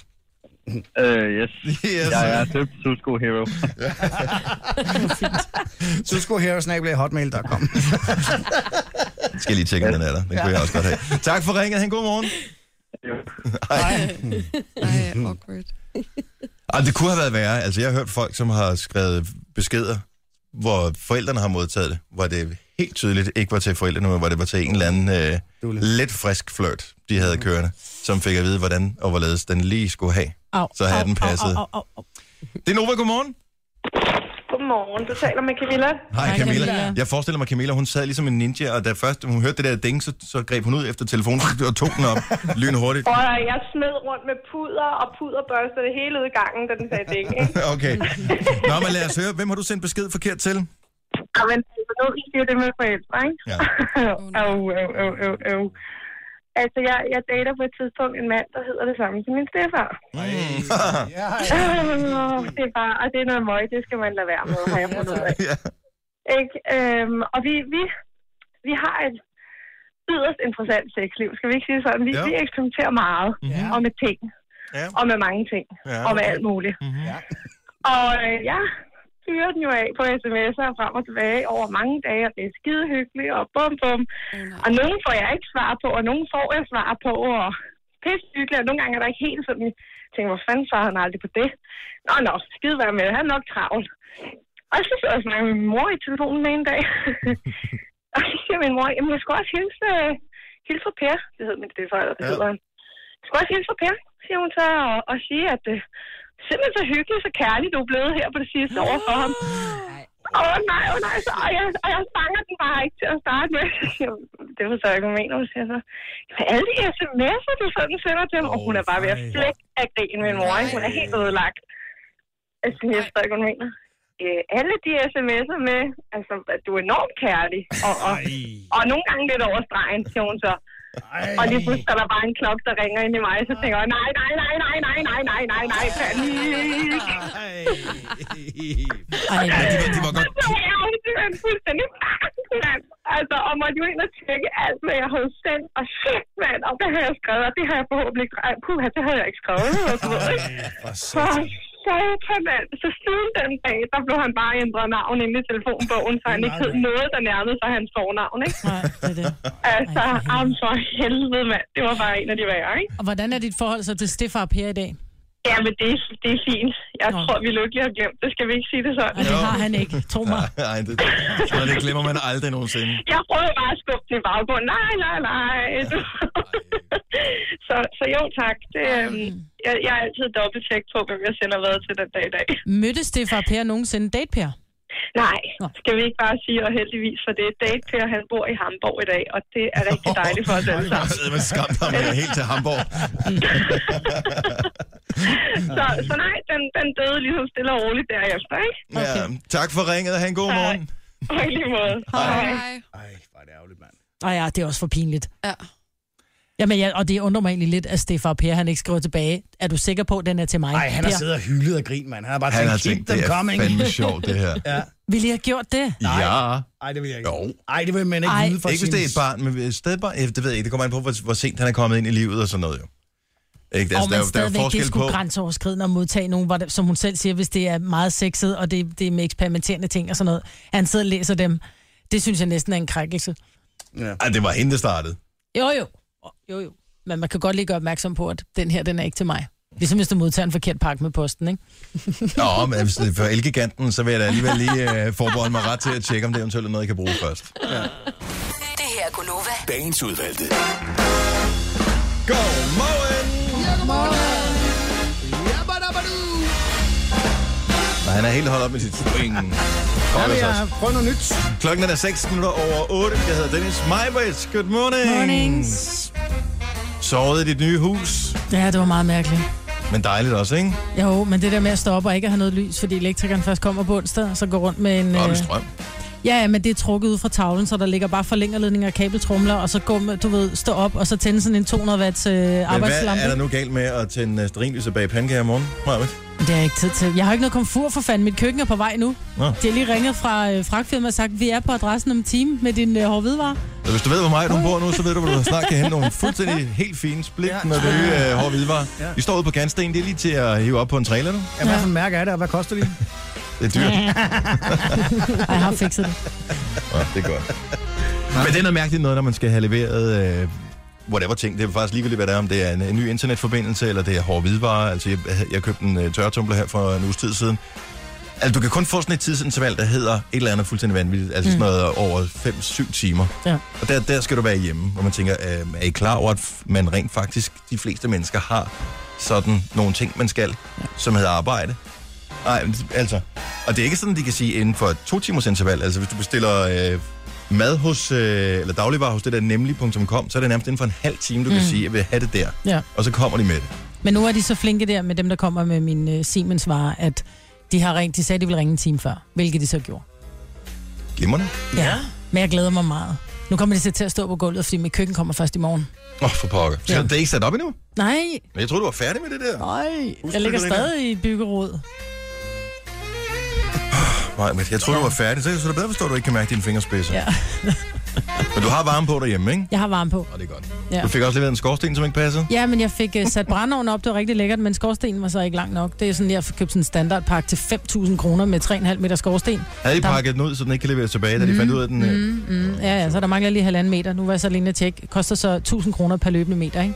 S9: Øh, yes.
S1: Yes.
S9: Jeg er døbt Susko Hero.
S2: Så skulle her snabel hotmail.com.
S1: Skal jeg lige tjekke, om den er der. Den kunne jeg også godt have. Tak for ringet. Han god morgen.
S5: Ej, awkward.
S1: Ej, det kunne have været værre. Altså, jeg har hørt folk, som har skrevet beskeder, hvor forældrene har modtaget det, hvor det er helt tydeligt ikke var til forældrene, men hvor det var til en eller anden øh,
S2: Dulle.
S1: lidt frisk flirt, de havde kørende, som fik at vide, hvordan og hvorledes den lige skulle have.
S4: Au,
S1: Så havde
S4: au,
S1: den
S4: au,
S1: passet.
S4: au, au, au.
S1: Det er Nova, godmorgen.
S10: Godmorgen, du taler med Camilla.
S1: Hej,
S4: Hej,
S1: Camilla.
S4: Camilla.
S1: Jeg forestiller mig, Camilla, hun sad ligesom en ninja, og da først hun hørte det der ding, så, så greb hun ud efter telefonen og tog den op lynhurtigt.
S10: Og jeg smed rundt med puder og puderbørsterne hele ud i gangen, da den sagde ding. Ikke?
S1: Okay. Nå, men lad os høre, hvem har du sendt besked forkert til?
S10: Ja, men altså, nu er det jo det med forældre, ikke?
S1: Ja.
S10: Øv, øv, øv, øv, øv. Altså, jeg, jeg dater på et tidspunkt en mand, der hedder det samme som min stefar.
S2: Mm.
S10: Øh, det er bare, og det er noget møg, det skal man lade være med, har jeg fundet ud af.
S1: Ja.
S10: Ikke? Øhm, og vi, vi, vi har et yderst interessant sexliv, skal vi ikke sige det sådan? Vi,
S1: Jo.
S10: vi eksperimenterer meget,
S1: Mhm.
S10: og med ting,
S1: Ja.
S10: og med mange ting.
S1: Ja,
S10: og med
S1: okay.
S10: alt muligt.
S1: Mhm.
S10: Og øh, jeg fyrer den jo af på sms'er frem og tilbage over mange dage, og det er skide hyggeligt, og bum bum. Og nogen får jeg ikke svar på, og nogen får jeg svar på, og pisse hyggeligt, og nogle gange er der ikke helt sådan, jeg tænker, hvor fanden svarer han aldrig på det? Nå, nå, skide være med, han er nok travlt. Og så sidder jeg og snakker med min mor i telefonen en dag. og så siger min mor, jamen jeg skulle også hilse, øh, hilse fra Per. Det hed min stefar, eller det
S1: Ja.
S10: ja. hedder han. Jeg skulle også hilse fra Per, siger hun så, og, og sige, at øh, simpelthen så hyggelig, så kærlig du er blevet her på det sidste år for ham. Åh oh, nej, åh oh, nej, så, og, jeg, og jeg fanger den bare ikke til at starte med. det var så jeg ikke mener, hun siger så. Jamen, alle de sms'er, du sådan sender til ham, og hun er bare ved at flække af grin, min mor. ikke? Hun er helt ødelagt. Altså, jeg forstår ikke, hvad hun mener. Øh, alle de sms'er med, altså, at du er enormt kærlig, og, og, og nogle gange lidt over stregen, siger hun så. Og lige pludselig er der bare en klokke, der ringer ind i mig, så tænker jeg, nej, nej, nej, nej, nej, nej, nej, nej, nej, panik.
S4: Ej, hvor er det-
S1: De var godt...
S10: Så var jeg jo simpelthen fuldstændig bange, mand. Altså, og måtte jo ind og tjekke alt, hvad jeg havde sendt. Og shit, mand, og det har jeg skrevet, og det har jeg forhåbentlig ikke... Ej, puha, det havde jeg ikke skrevet. Og så, så, satan, mand. Så siden den dag, der blev han bare ændret navn inde i telefonbogen, så han ikke hed noget, der nærmede sig hans fornavn, ikke?
S4: Nej, det er det.
S10: Altså,
S4: Ej, for helvede.
S10: am for helvede, mand. Det var bare en af de værre, ikke?
S4: Og hvordan er dit forhold så til Stefar og Per i dag?
S10: Ja, men det, er- det er fint. Jeg
S4: Nå.
S10: tror, vi lykkeligt har glemt det. Skal vi ikke sige det sådan?
S4: Og det har han ikke, tro mig.
S1: Nej, det, sådan noget, det glemmer man aldrig nogensinde.
S10: jeg prøvede bare at skubbe den i baggrunden. Nej, nej, nej. Du. så, så jo, tak. Det, øhm, jeg, jeg er altid dobbelttjek på, hvem jeg sender hvad til den dag i dag.
S4: Mødte Stefar og Per nogensinde date Per?
S10: Nej,
S4: Nå.
S10: skal vi ikke bare sige, og heldigvis for det er date Per, han bor i Hamburg i dag, og det er rigtig dejligt for os alle sammen.
S1: Man skamte ham helt til Hamburg.
S10: Så, så nej, den, den døde ligesom stille og roligt derefter, ikke?
S1: Ja, tak for ringet, og have en god
S10: Hej.
S1: morgen.
S10: På en lige måde.
S5: Hej.
S2: Ej, hvor er det ærgerligt, mand.
S4: Ej, ja, det er også for pinligt.
S5: Ja.
S4: Jamen, ja, og det undrer mig egentlig lidt, at Stefan Per, han ikke skriver tilbage. Er du sikker på, at den er til mig?
S2: Ej, han har
S4: Per,
S2: siddet og hyldet og grint, mand. Han har bare
S1: Han
S2: tænkt,
S1: har
S2: keep
S1: tænkt,
S2: them
S1: det er
S2: coming.
S1: fandme sjovt, det her.
S2: Ja.
S4: Ville I have gjort det?
S1: Ja.
S2: Ej, det vil jeg ikke.
S1: Jo.
S2: Ej, det vil man ikke
S4: Ej.
S2: vide for
S1: Ikke hvis
S2: sin-
S1: det er et barn, men hvis stedbarn, ja, det ved jeg ikke. Det kommer an på, hvor, hvor sent han er kommet ind i livet og sådan noget jo. Ikke?
S4: Altså,
S1: Altså,
S4: og
S1: der, er
S4: man
S1: jo- der er jo
S4: stadigvæk, det er
S1: forskel
S4: sgu
S1: på...
S4: grænseoverskridende at modtage nogen, hvor det, som hun selv siger, hvis det er meget sexet, og det, det er med eksperimenterende ting og sådan noget. Han sidder og læser dem. Det synes jeg næsten er en krænkelse.
S1: Ej, det var hende, der startede.
S4: Jo, jo. Jo, jo. Men man kan godt lige gøre opmærksom på, at den her, den er ikke til mig. Ligesom hvis du modtager en forkert pakke med posten, ikke?
S1: Nå, men hvis det er for Elgiganten, så vil jeg da alligevel lige øh, forbeholde mig ret til at tjekke, om det eventuelt er noget, jeg kan bruge først.
S7: Det her er Gunova.
S8: Dagens udvalgte.
S1: Godmorgen! Nej, han er helt holdt op med sit swing.
S2: Ja,
S1: Kom,
S2: men
S1: ja,
S2: jeg prøver noget nyt.
S1: Klokken er 6 minutter over 8. Jeg hedder Dennis Meibrits. Good morning.
S4: Mornings.
S1: Sovet i dit nye hus.
S4: Ja, det var meget mærkeligt.
S1: Men dejligt også, ikke?
S4: Jo, men det der med at stoppe og ikke at have noget lys, fordi elektrikeren først kommer på onsdag, og så går rundt med en...
S1: Op i
S4: øh,
S1: strøm.
S4: Ja, ja, men det er trukket ud fra tavlen, så der ligger bare forlængerledninger og kabeltrumler, og så gå med, du ved, stå op, og så tænde sådan en 200 watts øh,
S1: Men hvad
S4: arbejdslampe.
S1: er der nu galt med at tænde øh, stearinlyset bag pandekager i morgen? Marvitt?
S4: Det har jeg ikke tid til. Jeg har ikke noget komfur for fanden. Mit køkken er på vej nu.
S1: Nå.
S4: De har lige ringet fra øh, fragtfirmaet og sagt, vi er på adressen om en time med din øh, hårde hvidevare.
S1: Så hvis du ved, hvor meget hun bor nu, så ved du, hvor du snart kan hente nogle fuldstændig helt fine split, når det nye øh, hårde hvidvarer.
S2: Ja.
S1: De står ude på Gansten. Det er lige til at hive op på en trailer nu.
S2: Ja, hvad for en mærke er det, og hvad koster de?
S1: Det er dyrt.
S4: Ej, jeg har fikset det.
S1: Ja, det er godt. Men det er noget mærkeligt noget, når man skal have leveret øh, whatever ting. Det er faktisk ligegyldigt, hvad det er, om det er en, en ny internetforbindelse, eller det er hårde hvidevarer. Altså, jeg, jeg købte en øh, tørretumbler her for en uges tid siden, Altså, du kan kun få sådan et tidsinterval, der hedder et eller andet fuldstændig vanvittigt. Altså sådan noget over 5-7 timer.
S4: Ja.
S1: Og der, der skal du være hjemme, hvor man tænker, øh, er I klar over, at f- man rent faktisk, de fleste mennesker har sådan nogle ting, man skal, ja. som hedder arbejde. Nej, men altså. Og det er ikke sådan, de kan sige inden for et to timers interval. Altså, hvis du bestiller øh, mad hos, øh, eller dagligvarer hos det der nemlig.com, så er det nærmest inden for en halv time, du mm. kan sige, jeg vil have det der.
S4: Ja.
S1: Og så kommer de med det.
S4: Men nu er de så flinke der med dem, der kommer med min øh, Siemens-varer, at de har ringt, de sagde, de ville ringe en time før, hvilket de så gjorde.
S1: Glimrende.
S4: Ja. ja. Men jeg glæder mig meget. Nu kommer de så til at stå på gulvet, fordi mit køkken kommer først i morgen.
S1: Åh, oh, for pokker. Så
S4: Ja.
S1: ja. det er ikke sat op endnu?
S4: Nej,
S1: Men Jeg troede, du var færdig med det der.
S4: nej. Jeg ligger
S1: det der.
S4: stadig i byggerod.
S1: Nej, men jeg troede, du var færdig. Så så er det bedre forstå, at du ikke kan mærke dine fingerspidser.
S4: Ja.
S1: Men du har varme på derhjemme, ikke?
S4: Jeg har varme på.
S1: Og det er godt.
S4: Ja.
S1: Ja. Du fik også leveret en skorsten, som ikke passede.
S4: Ja, men jeg fik øh, sat brændeovnen op, det var rigtig lækkert, men skorstenen var så ikke lang nok. Det er sådan, jeg har købt sådan en standardpakke til 5.000 kroner med 3,5 meter skorsten.
S1: Havde de
S4: Der-
S1: pakket den ud, så den ikke kan leveres tilbage, da de fandt ud af den? øh,
S4: Mm, mm, ja, ja, så der mangler lige halvanden meter. Nu var jeg så alene at tjekke. Koster så 1000 kroner per løbende meter, ikke?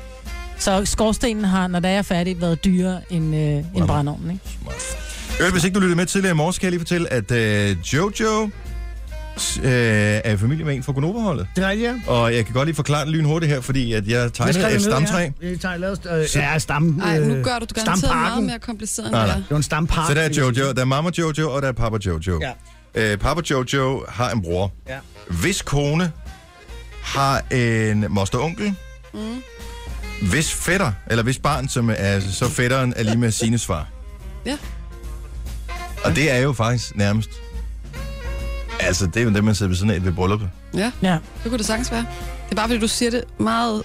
S4: Så skorstenen har, når der er færdig, været dyrere end, øh, end brændeovnen, ikke?
S1: Øvrigt, Øh, hvis ikke du lyttede med tidligere i morges, kan jeg lige fortælle, at øh, Jojo s- øh, er i familie med en fra Gonova-holdet.
S11: Det er rigtigt, ja.
S1: Og jeg kan godt lige forklare det lynhurtigt her, fordi at jeg
S11: Hvad skrev
S1: tegnede
S11: jeg
S1: et
S11: ned,
S1: stamtræ.
S11: Ja, Jeg tager- lavede, øh, ja stam,
S5: Ej, nu
S11: øh,
S5: gør du det garanteret meget
S11: stamparken.
S5: mere kompliceret, end
S1: Nej,
S5: det
S1: nej.
S5: er.
S11: Det var en stampark.
S1: Så der er Jojo, der er mamma Jojo, og der er papa Jojo.
S11: Ja.
S1: Øh, papa Jojo har en bror,
S11: Ja.
S1: hvis kone har en moster onkel,
S5: Mm.
S1: hvis fætter, eller hvis barn, som er så fætteren, er lige med sine svar.
S5: Ja.
S1: Og det er jo faktisk nærmest... Altså, det er jo det, man sidder ved siden af ved brylluppet.
S5: Ja,
S4: Ja.
S5: det kunne det sagtens være. Det er bare, fordi du siger det meget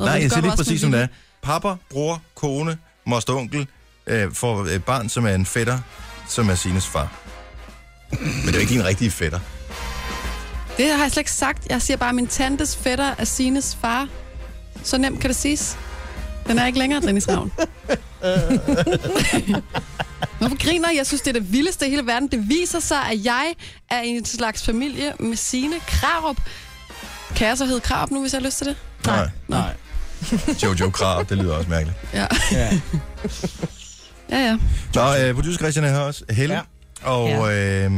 S1: Nej,
S5: men
S1: jeg
S5: det gør
S1: siger
S5: du
S1: lige
S5: også
S1: præcis,
S5: med
S1: som det
S5: vilje.
S1: er. Pappa, bror, kone, moster onkel øh, får et barn, som er en fætter, som er sines far. Men det er jo ikke din rigtige fætter.
S5: Det har jeg slet ikke sagt. Jeg siger bare, at min tantes fætter er Sines far. Så nemt kan det siges. Den er ikke længere, Dennis Ravn. Hvorfor griner I? Jeg synes, det er det vildeste i hele verden. Det viser sig, at jeg er i en slags familie med Sine Krarup. Kan jeg så hedde Krarup nu, hvis jeg har lyst til det?
S1: Nej.
S11: Nej.
S1: Jojo Krav, det lyder også mærkeligt.
S5: Ja.
S11: Ja.
S5: ja, ja.
S1: Nå, øh, producer Christian er her også. Helle.
S11: Ja.
S1: Ja. Og øh,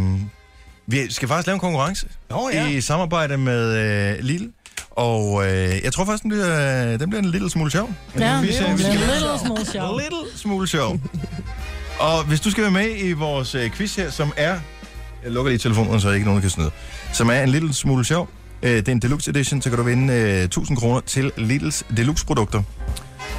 S1: vi skal faktisk lave en konkurrence
S11: Nå, ja.
S1: i samarbejde med øh, Lille. Og øh, jeg tror faktisk, den bliver, øh, den bliver en lille smule sjov.
S4: Ja,
S1: vi ser, vi
S4: det
S1: skal
S4: er lidt små sjov.
S1: Little smule sjov. og hvis du skal være med i vores øh, quiz her, som er... Jeg lukker lige telefonen, så ikke nogen kan snyde. Som er en lille smule sjov. Øh, det er en deluxe edition, så kan du vinde øh, 1000 kroner til Littles deluxe produkter.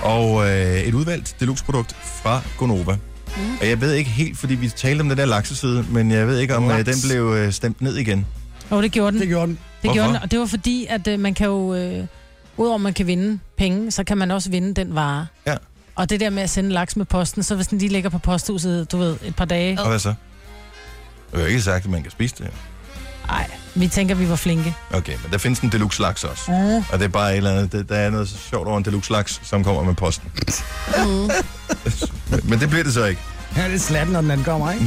S1: Og øh, et udvalgt deluxe produkt fra Gonova. Mm. Og jeg ved ikke helt, fordi vi talte om den der lakseside, men jeg ved ikke, om øh, den
S11: Laks.
S1: blev øh, stemt ned igen.
S4: Og det gjorde den.
S11: Det gjorde den.
S4: Det gjorde
S1: Hvorfor?
S4: den, og det var fordi, at øh, man kan jo, øh, udover at man kan vinde penge, så kan man også vinde den vare.
S1: Ja.
S4: Og det der med at sende laks med posten, så hvis den lige ligger på posthuset, du ved, et par dage.
S1: Og hvad så? Jeg har jo ikke sagt, at man kan spise det.
S4: Nej, vi tænker, vi var flinke.
S1: Okay, men der findes en deluxe laks også.
S4: Mm.
S1: Og det er bare et eller andet, det, der er noget sjovt over en deluxe laks, som kommer med posten. Men det bliver det så ikke.
S11: Her er lidt slatten, når den anden kommer, ikke?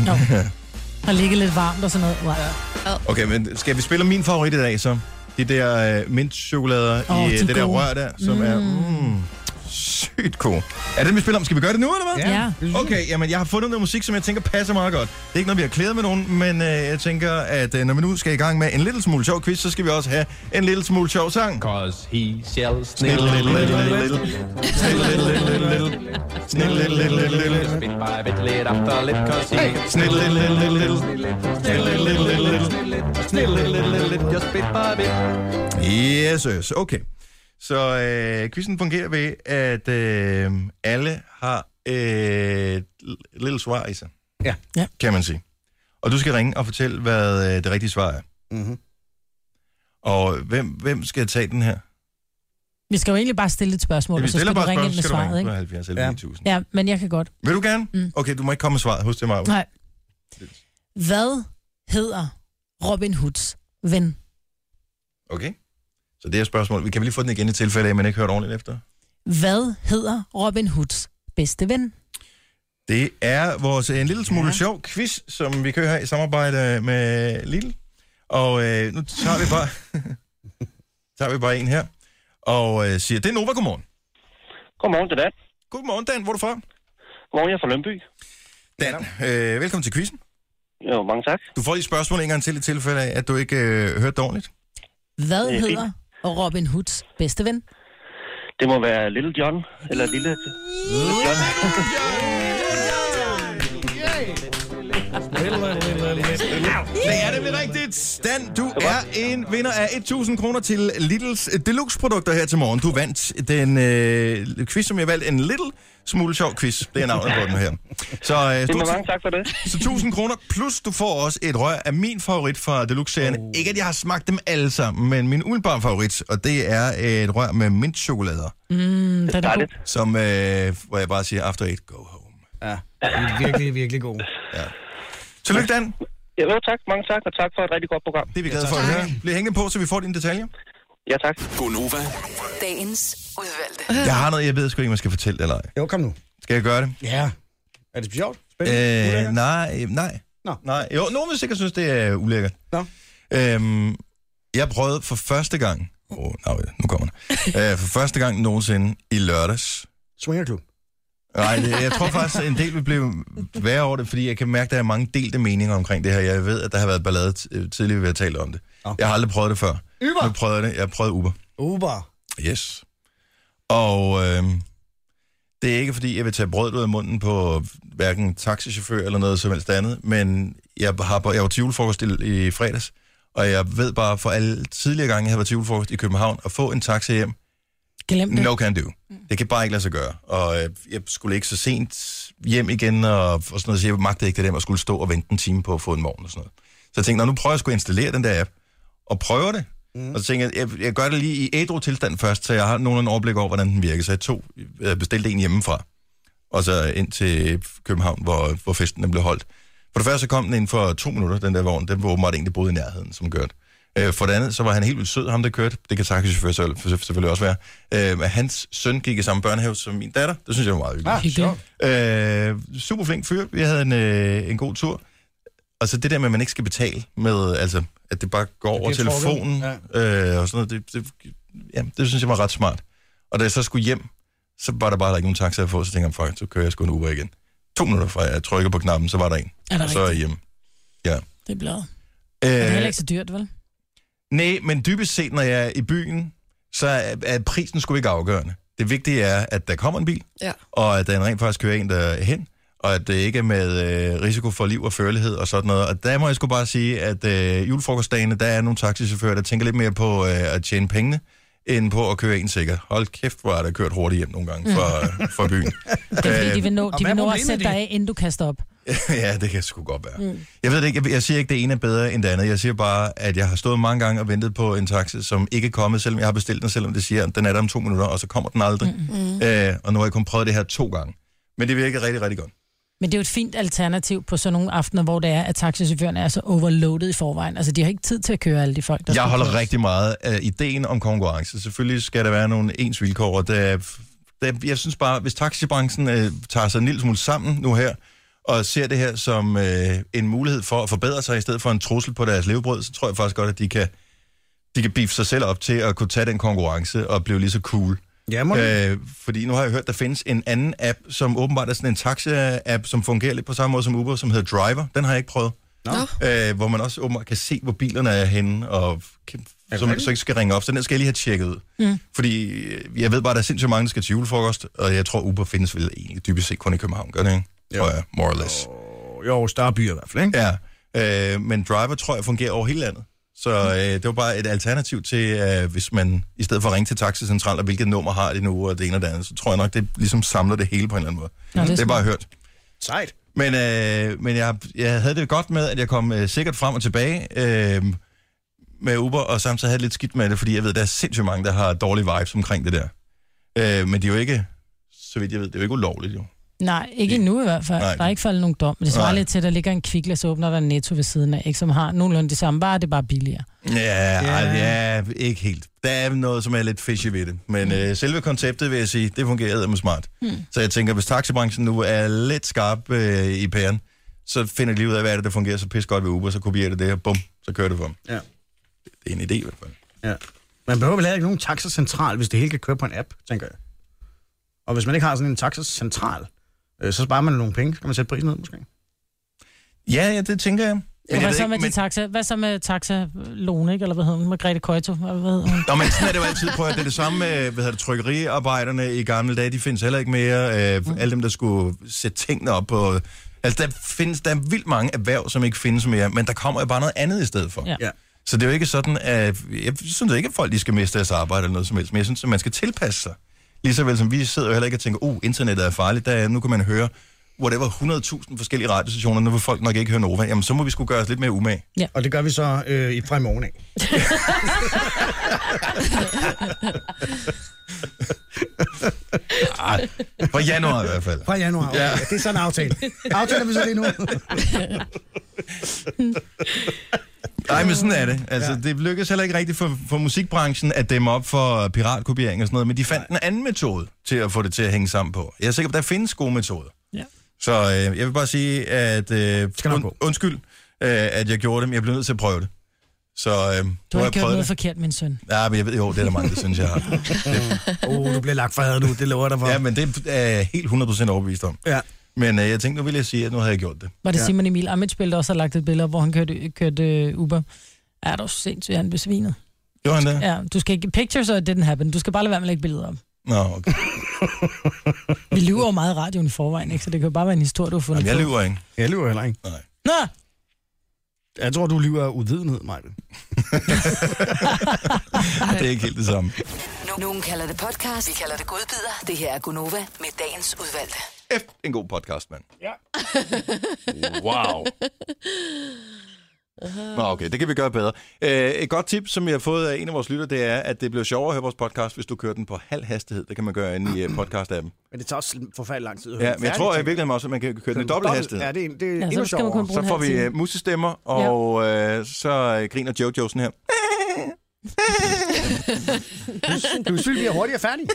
S4: Og ligge lidt varmt og sådan noget. Wow.
S1: Okay, men skal vi spille om min favorit i dag så? De der øh, mintchokolader
S4: Åh,
S1: i
S4: de
S1: øh,
S4: er
S1: det der
S4: gode.
S1: rør der, som er mm, sygt cool. Er det, vi spiller om? Skal vi gøre det nu, eller hvad?
S4: Ja.
S11: det synes jeg.
S1: Okay, jamen jeg har fundet noget musik, som jeg tænker passer meget godt. Det er ikke noget, vi har klædet med nogen, men øh, jeg tænker, at øh, når vi nu skal i gang med en lille smule sjov quiz, så skal vi også have en lille smule sjov sang.
S6: Cause he shall
S1: Snille,
S6: snill,
S1: little, little, little, Snille, little, little, little. Snille, little, little, little, little.
S6: Bit by bit, lid after lid, cause he
S1: Snille, little, little, little. Snille, little, little, little.
S6: snill, little, little, little, just bit by bit.
S1: Yes, yes. Okay. Så øh, quizzen fungerer ved, at øh, alle har øh, et l- lille svar i sig.
S11: Ja.
S4: Ja.
S1: Kan man sige. Og du skal ringe og fortælle, hvad øh, det rigtige svar er.
S11: Mhm.
S1: Og hvem, hvem skal tage den her?
S4: Vi skal jo egentlig bare stille et spørgsmål, og så skal du ringe ind med svaret,
S1: på
S4: ikke?
S1: 70
S11: Ja.
S1: 11 9000.
S4: Ja, men jeg kan godt.
S1: Vil du gerne?
S4: Mm.
S1: Okay, du må ikke komme med svaret hos det, Maja.
S4: Nej. Hvad hedder Robin Hoods ven?
S1: Okay. Så det er spørgsmål. Vi kan vi lige få den igen i tilfælde af, at man ikke hørte ordentligt efter?
S4: Hvad hedder Robin Hoods bedste ven?
S1: Det er vores en lille smule ja. sjov quiz, som vi kører her i samarbejde med Lille. Og øh, nu tager vi bare tager vi bare en her og øh, siger, det er Nova, godmorgen.
S9: Godmorgen til Dan.
S1: Godmorgen, Dan. Hvor er du fra?
S9: Godmorgen, jeg er fra Lønby.
S1: Dan, øh, velkommen til quizzen.
S12: Jo, mange tak.
S1: Du får lige spørgsmål en gang til i tilfælde af, at du ikke øh, hørte det ordentligt.
S13: Hvad
S12: Det er
S13: hedder Robin Hoods bedste ven?
S12: Det må være Little John, eller Lille... Little John.
S1: Det er det rigtigt. Stan, du er en vinder af 1.000 kroner til Littles øh, Deluxe-produkter her til morgen. Du vandt den øh, quiz, som jeg valgte. En little smule sjov quiz. Det er navnet på den her. Så, øh,
S12: Det må
S1: stort-
S12: mange tak for det.
S1: Så 1000 kroner, plus du får også et rør af min favorit fra Deluxe-serien. Oh. Ikke at jeg har smagt dem alle sammen, men min umiddelbare favorit, og det er et rør med mintchokolader.
S4: Mm, den er god.
S1: Som, øh, hvor jeg bare siger, after eight, go home. Ja,
S11: Virkelig, virkelig god.
S1: Ja. Tillykke, Dan.
S12: Ja, jo, tak. Mange tak, og tak for et rigtig godt program.
S1: Det er vi glade for at høre. Bliv hængende på, så vi får dine detaljer.
S12: Ja, tak.
S1: Godnova.
S7: Dagens udvalgte.
S1: Jeg har noget, jeg ved sgu ikke, om jeg skal fortælle eller ej.
S11: Jo, kom nu.
S1: Skal jeg gøre det?
S11: Ja. Er det sjovt?
S1: Øh, nej, øh, nej.
S11: Nå.
S1: nej. Jo, nogen vil sikkert synes, det er ulækkert.
S11: Nå.
S1: Øhm, jeg prøvede for første gang, oh, nej, nu kommer den, øh, for første gang nogensinde i lørdags.
S11: Swingerklub.
S1: Nej, det, jeg tror faktisk, at en del vil blive værre over det, fordi jeg kan mærke, at der er mange delte meninger omkring det her. Jeg ved, at der har været ballade t- øh, tidligere, vi har talt om det. Jeg har aldrig prøvet det før.
S11: Uber?
S1: Nu prøvede jeg det. Jeg prøvede Uber.
S11: Uber.
S1: Yes. Og øh, det er ikke, fordi jeg vil tage brød ud af munden på hverken taxichauffør eller noget som helst andet, men jeg, har, jeg var til julefrokost i, i fredags, og jeg ved bare for alle tidligere gange, jeg har været til julefrokost i København, at få en taxa hjem,
S4: Glem det.
S1: no can do. Det kan bare ikke lade sig gøre. Og øh, jeg skulle ikke så sent hjem igen, og, og sådan noget, så jeg magtede ikke det der, og skulle stå og vente en time på at få en morgen og sådan noget. Så jeg tænkte, "Nå, nu prøver jeg sgu at installere den der app, og prøver det. Mm. Og så tænkte jeg, jeg, jeg gør det lige i ædru tilstand først, så jeg har nogenlunde overblik over, hvordan den virker. Så jeg tog, jeg bestilte en hjemmefra, og så ind til København, hvor, hvor festen den blev holdt. For det første så kom den inden for to minutter, den der vogn. Den var åbenbart egentlig boede i nærheden, som gør det. Øh, for det andet, så var han helt vildt sød, ham der kørte. Det kan taxichauffør selv- selvfølgelig også være. Øh, men hans søn gik i samme børnehave som min datter. Det synes jeg var meget hyggeligt.
S11: Ah, sjovt.
S1: Øh, super flink fyr. Vi havde en, øh, en god tur. Og så det der med, at man ikke skal betale med, altså, at det bare går over
S11: bliver trukket.
S1: telefonen øh, og sådan noget, det, det, ja, det synes jeg var ret smart. Og da jeg så skulle hjem, så var der bare der ikke nogen taxa at få, så tænkte jeg, fuck, så kører jeg sgu en Uber igen. To minutter fra jeg trykker på knappen, så var der en.
S4: Er det
S1: og så er jeg hjemme. Ja.
S4: Det er bladet. Øh, det er heller
S1: Øh,
S4: ikke så dyrt, vel?
S1: nej, men dybest set, når jeg er i byen, så er, er prisen sgu ikke afgørende. Det vigtige er, at der kommer en bil,
S5: Ja.
S1: og at der er en rent faktisk kører en der hen, og at det ikke er med øh, risiko for liv og førlighed og sådan noget. Og der må jeg sgu bare sige, at øh, julefrokostdagene, der er nogle taxichauffører, der tænker lidt mere på øh, at tjene pengene, end på at køre en sikkert. Hold kæft, hvor er der kørt hurtigt hjem nogle gange fra, fra byen.
S4: Det er fordi, de vil nå,
S1: Øh,
S4: de vil nå at sætte dig af, inden du kaster op.
S1: ja, det kan sgu godt være.
S4: Mm.
S1: Jeg ved det ikke, jeg, jeg siger ikke, det ene er bedre end det andet. Jeg siger bare, at jeg har stået mange gange og ventet på en taxa, som ikke er kommet, selvom jeg har bestilt den, selvom det siger, at den er der om to minutter, og så kommer den aldrig.
S4: Mm.
S1: Mm. Øh, og nu har jeg kun prøvet det her to gange. Men det virker rigtig, rigtig godt.
S4: Men det er jo et fint alternativ på sådan nogle aftener, hvor det er, at taxichaufføren er så overloadet i forvejen. Altså, de har ikke tid til at køre alle de folk, der
S1: Jeg
S4: skal
S1: holder
S4: køres.
S1: rigtig meget af ideen om konkurrence. Selvfølgelig skal der være nogle ens vilkår, og der, der, jeg synes bare, hvis taxibranchen øh, tager sig en lille smule sammen nu her, og ser det her som øh, en mulighed for at forbedre sig, i stedet for en trussel på deres levebrød, så tror jeg faktisk godt, at de kan, de kan beefe sig selv op til at kunne tage den konkurrence og blive lige så cool.
S11: Ja, må det.
S1: øh, fordi nu har jeg hørt, der findes en anden app, som åbenbart er sådan en taxa-app, som fungerer lidt på samme måde som Uber, som hedder Driver. Den har jeg ikke prøvet.
S11: Nå.
S1: Øh, hvor man også åbenbart kan se, hvor bilerne er henne, og kan, så man
S11: rigtigt?
S1: så ikke skal ringe op. Så den skal jeg lige have tjekket ud.
S11: Mm.
S1: Fordi øh, jeg ved bare, at der er sindssygt mange, der skal til julefrokost, og jeg tror, Uber findes vel egentlig dybest set kun i København, gør det ikke? Ja. Tror jeg, more or less.
S11: Øh, Jo, større byer i hvert fald, ikke?
S1: Ja, øh, men driver tror jeg fungerer over hele landet. Så
S11: Mm.
S1: øh, det var bare et alternativ til, øh, hvis man i stedet for at ringe til taxicentralen, og hvilket nummer har de nu, og det ene og det andet, så tror jeg nok, det ligesom samler det hele på en eller anden måde.
S11: Nå, det er
S1: det er bare
S11: smart.
S1: hørt.
S11: Sejt.
S1: Men, øh, men jeg, jeg havde det godt med, at jeg kom øh, sikkert frem og tilbage øh, med Uber, og samtidig havde jeg lidt skidt med det, fordi jeg ved, der er sindssygt mange, der har dårlige vibes omkring det der. Øh, men det er jo ikke, så vidt jeg ved, det er jo ikke ulovligt jo.
S4: Nej, ikke endnu i hvert fald.
S1: Nej.
S4: Nej. Der er ikke faldet nogen dom. Men det svarer
S1: Nej.
S4: lidt til, at der ligger en kviklas åbner, der er en netto ved siden af, ikke? som har nogenlunde det samme. Bare det er bare billigere.
S1: Ja, yeah. ja, ikke helt. Der er noget, som er lidt fishy ved det. Men øh, selve konceptet, vil jeg sige, det fungerer med smart. Mm. Så jeg tænker, hvis taxibranchen nu er lidt skarp øh, i pæren, så finder de lige ud af, hvad er det, der fungerer så pis godt ved Uber, så kopierer det det, og bum, så kører det for dem.
S11: Ja.
S1: Det er en idé i hvert fald.
S11: Ja. Man behøver vel heller ikke nogen taxacentral, hvis det hele kan køre på en app, tænker jeg. Og hvis man ikke har sådan en taxacentral, øh, så sparer man nogle penge. Så kan man sætte prisen ned, måske?
S1: Ja, ja, det tænker jeg. Men
S4: Men
S1: jeg
S4: hvad,
S1: ved
S4: så med
S1: ikke,
S4: men... de taxa, hvad så med taxa Lone, ikke? eller hvad hedder hun? Margrethe Køjto, hvad hedder hun?
S1: Nå, men sådan er det jo altid. Prøv at høre, det er det samme med hvad hedder det, trykkeriarbejderne i gamle dage. De findes heller ikke mere. Øh, alle dem, der skulle sætte tingene op på... Altså, der findes der er vildt mange erhverv, som ikke findes mere, men der kommer jo bare noget andet i stedet for.
S4: Ja.
S1: Så det er jo ikke sådan, at... Jeg synes ikke, at folk de skal miste deres arbejde eller noget som helst, men jeg synes, at man skal tilpasse sig. Lige så vel som vi sidder jo heller ikke og tænker, oh, internettet er farligt, der er, nu kan man høre whatever, 100.000 forskellige radiostationer, nu vil folk nok ikke høre Nova. Jamen, så må vi skulle gøre os lidt mere umage.
S4: Ja.
S11: Og det gør vi så øh, i- fra i morgen af.
S1: Ej, fra januar i hvert fald.
S11: Fra januar. Okay.
S1: Ja.
S11: Ja. Det er sådan en aftale. Aftaler vi så lige nu.
S1: Nej, men sådan er det. Altså, ja. det lykkedes heller ikke rigtigt for, for musikbranchen at dæmme op for piratkopiering og sådan noget, men de fandt en anden metode til at få det til at hænge sammen på. Jeg er sikker på, at der findes gode metoder.
S4: Ja.
S1: Så øh, jeg vil bare sige, at øh, und, undskyld, øh, at jeg gjorde det, men jeg blev nødt til at prøve det. Så øh,
S4: Du
S1: nu
S4: har
S1: jeg
S4: ikke gjort noget
S1: det.
S4: forkert, min søn.
S1: Ja, men jeg ved jo, det er der mange, der synes, jeg har.
S11: Åh, oh, du bliver lagt for had nu, det lover jeg dig for.
S1: Ja, men det er jeg helt 100% overbevist om.
S11: Ja.
S1: Men øh, jeg tænkte, nu vil jeg sige, at nu havde jeg gjort det.
S4: Var det
S1: ja.
S4: Simon Emil Amitsbøl, der også har lagt et billede op, hvor han kørte, kørte øh, Uber? Ja, det var sindssygt, han besvinet.
S1: Gjorde han det?
S4: Ja, du skal ikke... Pictures or it didn't happen. Du skal bare lade være med at lægge billeder op.
S1: Nå, okay.
S4: Vi lyver jo meget i radioen i forvejen, ikke? Så det kan jo bare være en historie, du har fundet
S1: Jamen, jeg
S4: på.
S1: lyver ikke.
S11: Jeg lyver heller ikke.
S1: Nej.
S4: Nå!
S11: Jeg tror, du lyver af uvidenhed, Michael.
S1: Det er ikke helt det samme.
S7: Nu- Nogen kalder det podcast, vi kalder det godbider. Det her er Gunova med dagens udvalgte.
S1: F- en god podcast, mand.
S7: Ja.
S1: Wow. Nå, okay, det kan vi gøre bedre. Øh, et godt tip, som jeg har fået af en af vores lytter, det er, at det bliver sjovere at høre vores podcast, hvis du kører den på halv hastighed. Det kan man gøre inde i øh, podcast-appen.
S11: Men det tager også forfærdelig lang tid. at høre
S1: Ja,
S11: den
S1: men jeg
S11: Øh, færdig,
S1: tror i
S11: tænker
S1: virkeligheden også, at man kan køre den i dobbelt hastighed.
S11: Ja, det er, en- det er
S1: Ja,
S11: ja,
S1: så
S11: endnu
S1: skal man kun
S11: sjovere.
S1: Så får vi uh, musestemmer, og øh, så øh, griner Jojo sådan her.
S11: Du er syg, vi er hurtigt færdige.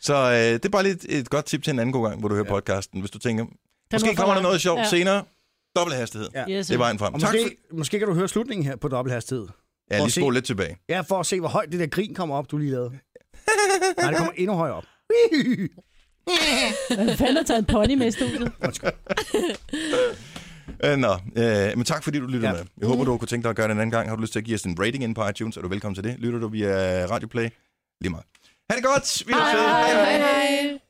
S1: Så øh, det er bare lige et, et godt tip til en anden god gang, hvor du hører podcasten, hvis du tænker, måske
S11: noget for
S1: kommer der
S11: langt.
S1: noget sjovt
S11: Ja.
S1: senere. Dobbelt hastighed. Ja. det er vejen frem.
S11: Og
S1: Tak
S11: måske, måske kan du høre slutningen her på dobbelt hastighed.
S1: for... Ja,
S11: For
S1: lige
S11: at se-
S1: spole lidt tilbage.
S11: Ja, for at se, hvor højt det der grin kommer op, du lige lavede. Nej, det kommer endnu højere op.
S13: Hvad fanden har taget en pony med i studiet?
S1: Øh, nå, øh, men tak fordi du lyttede ja.
S13: Ja.
S1: med. Jeg håber, du kunne tænke dig at gøre det en anden gang. Har du lyst til at give os en rating ind på iTunes, er du velkommen til det. Lytter du via Radio Play? Lige meget. Ha' det godt! Vi ses.
S10: Hej, hej.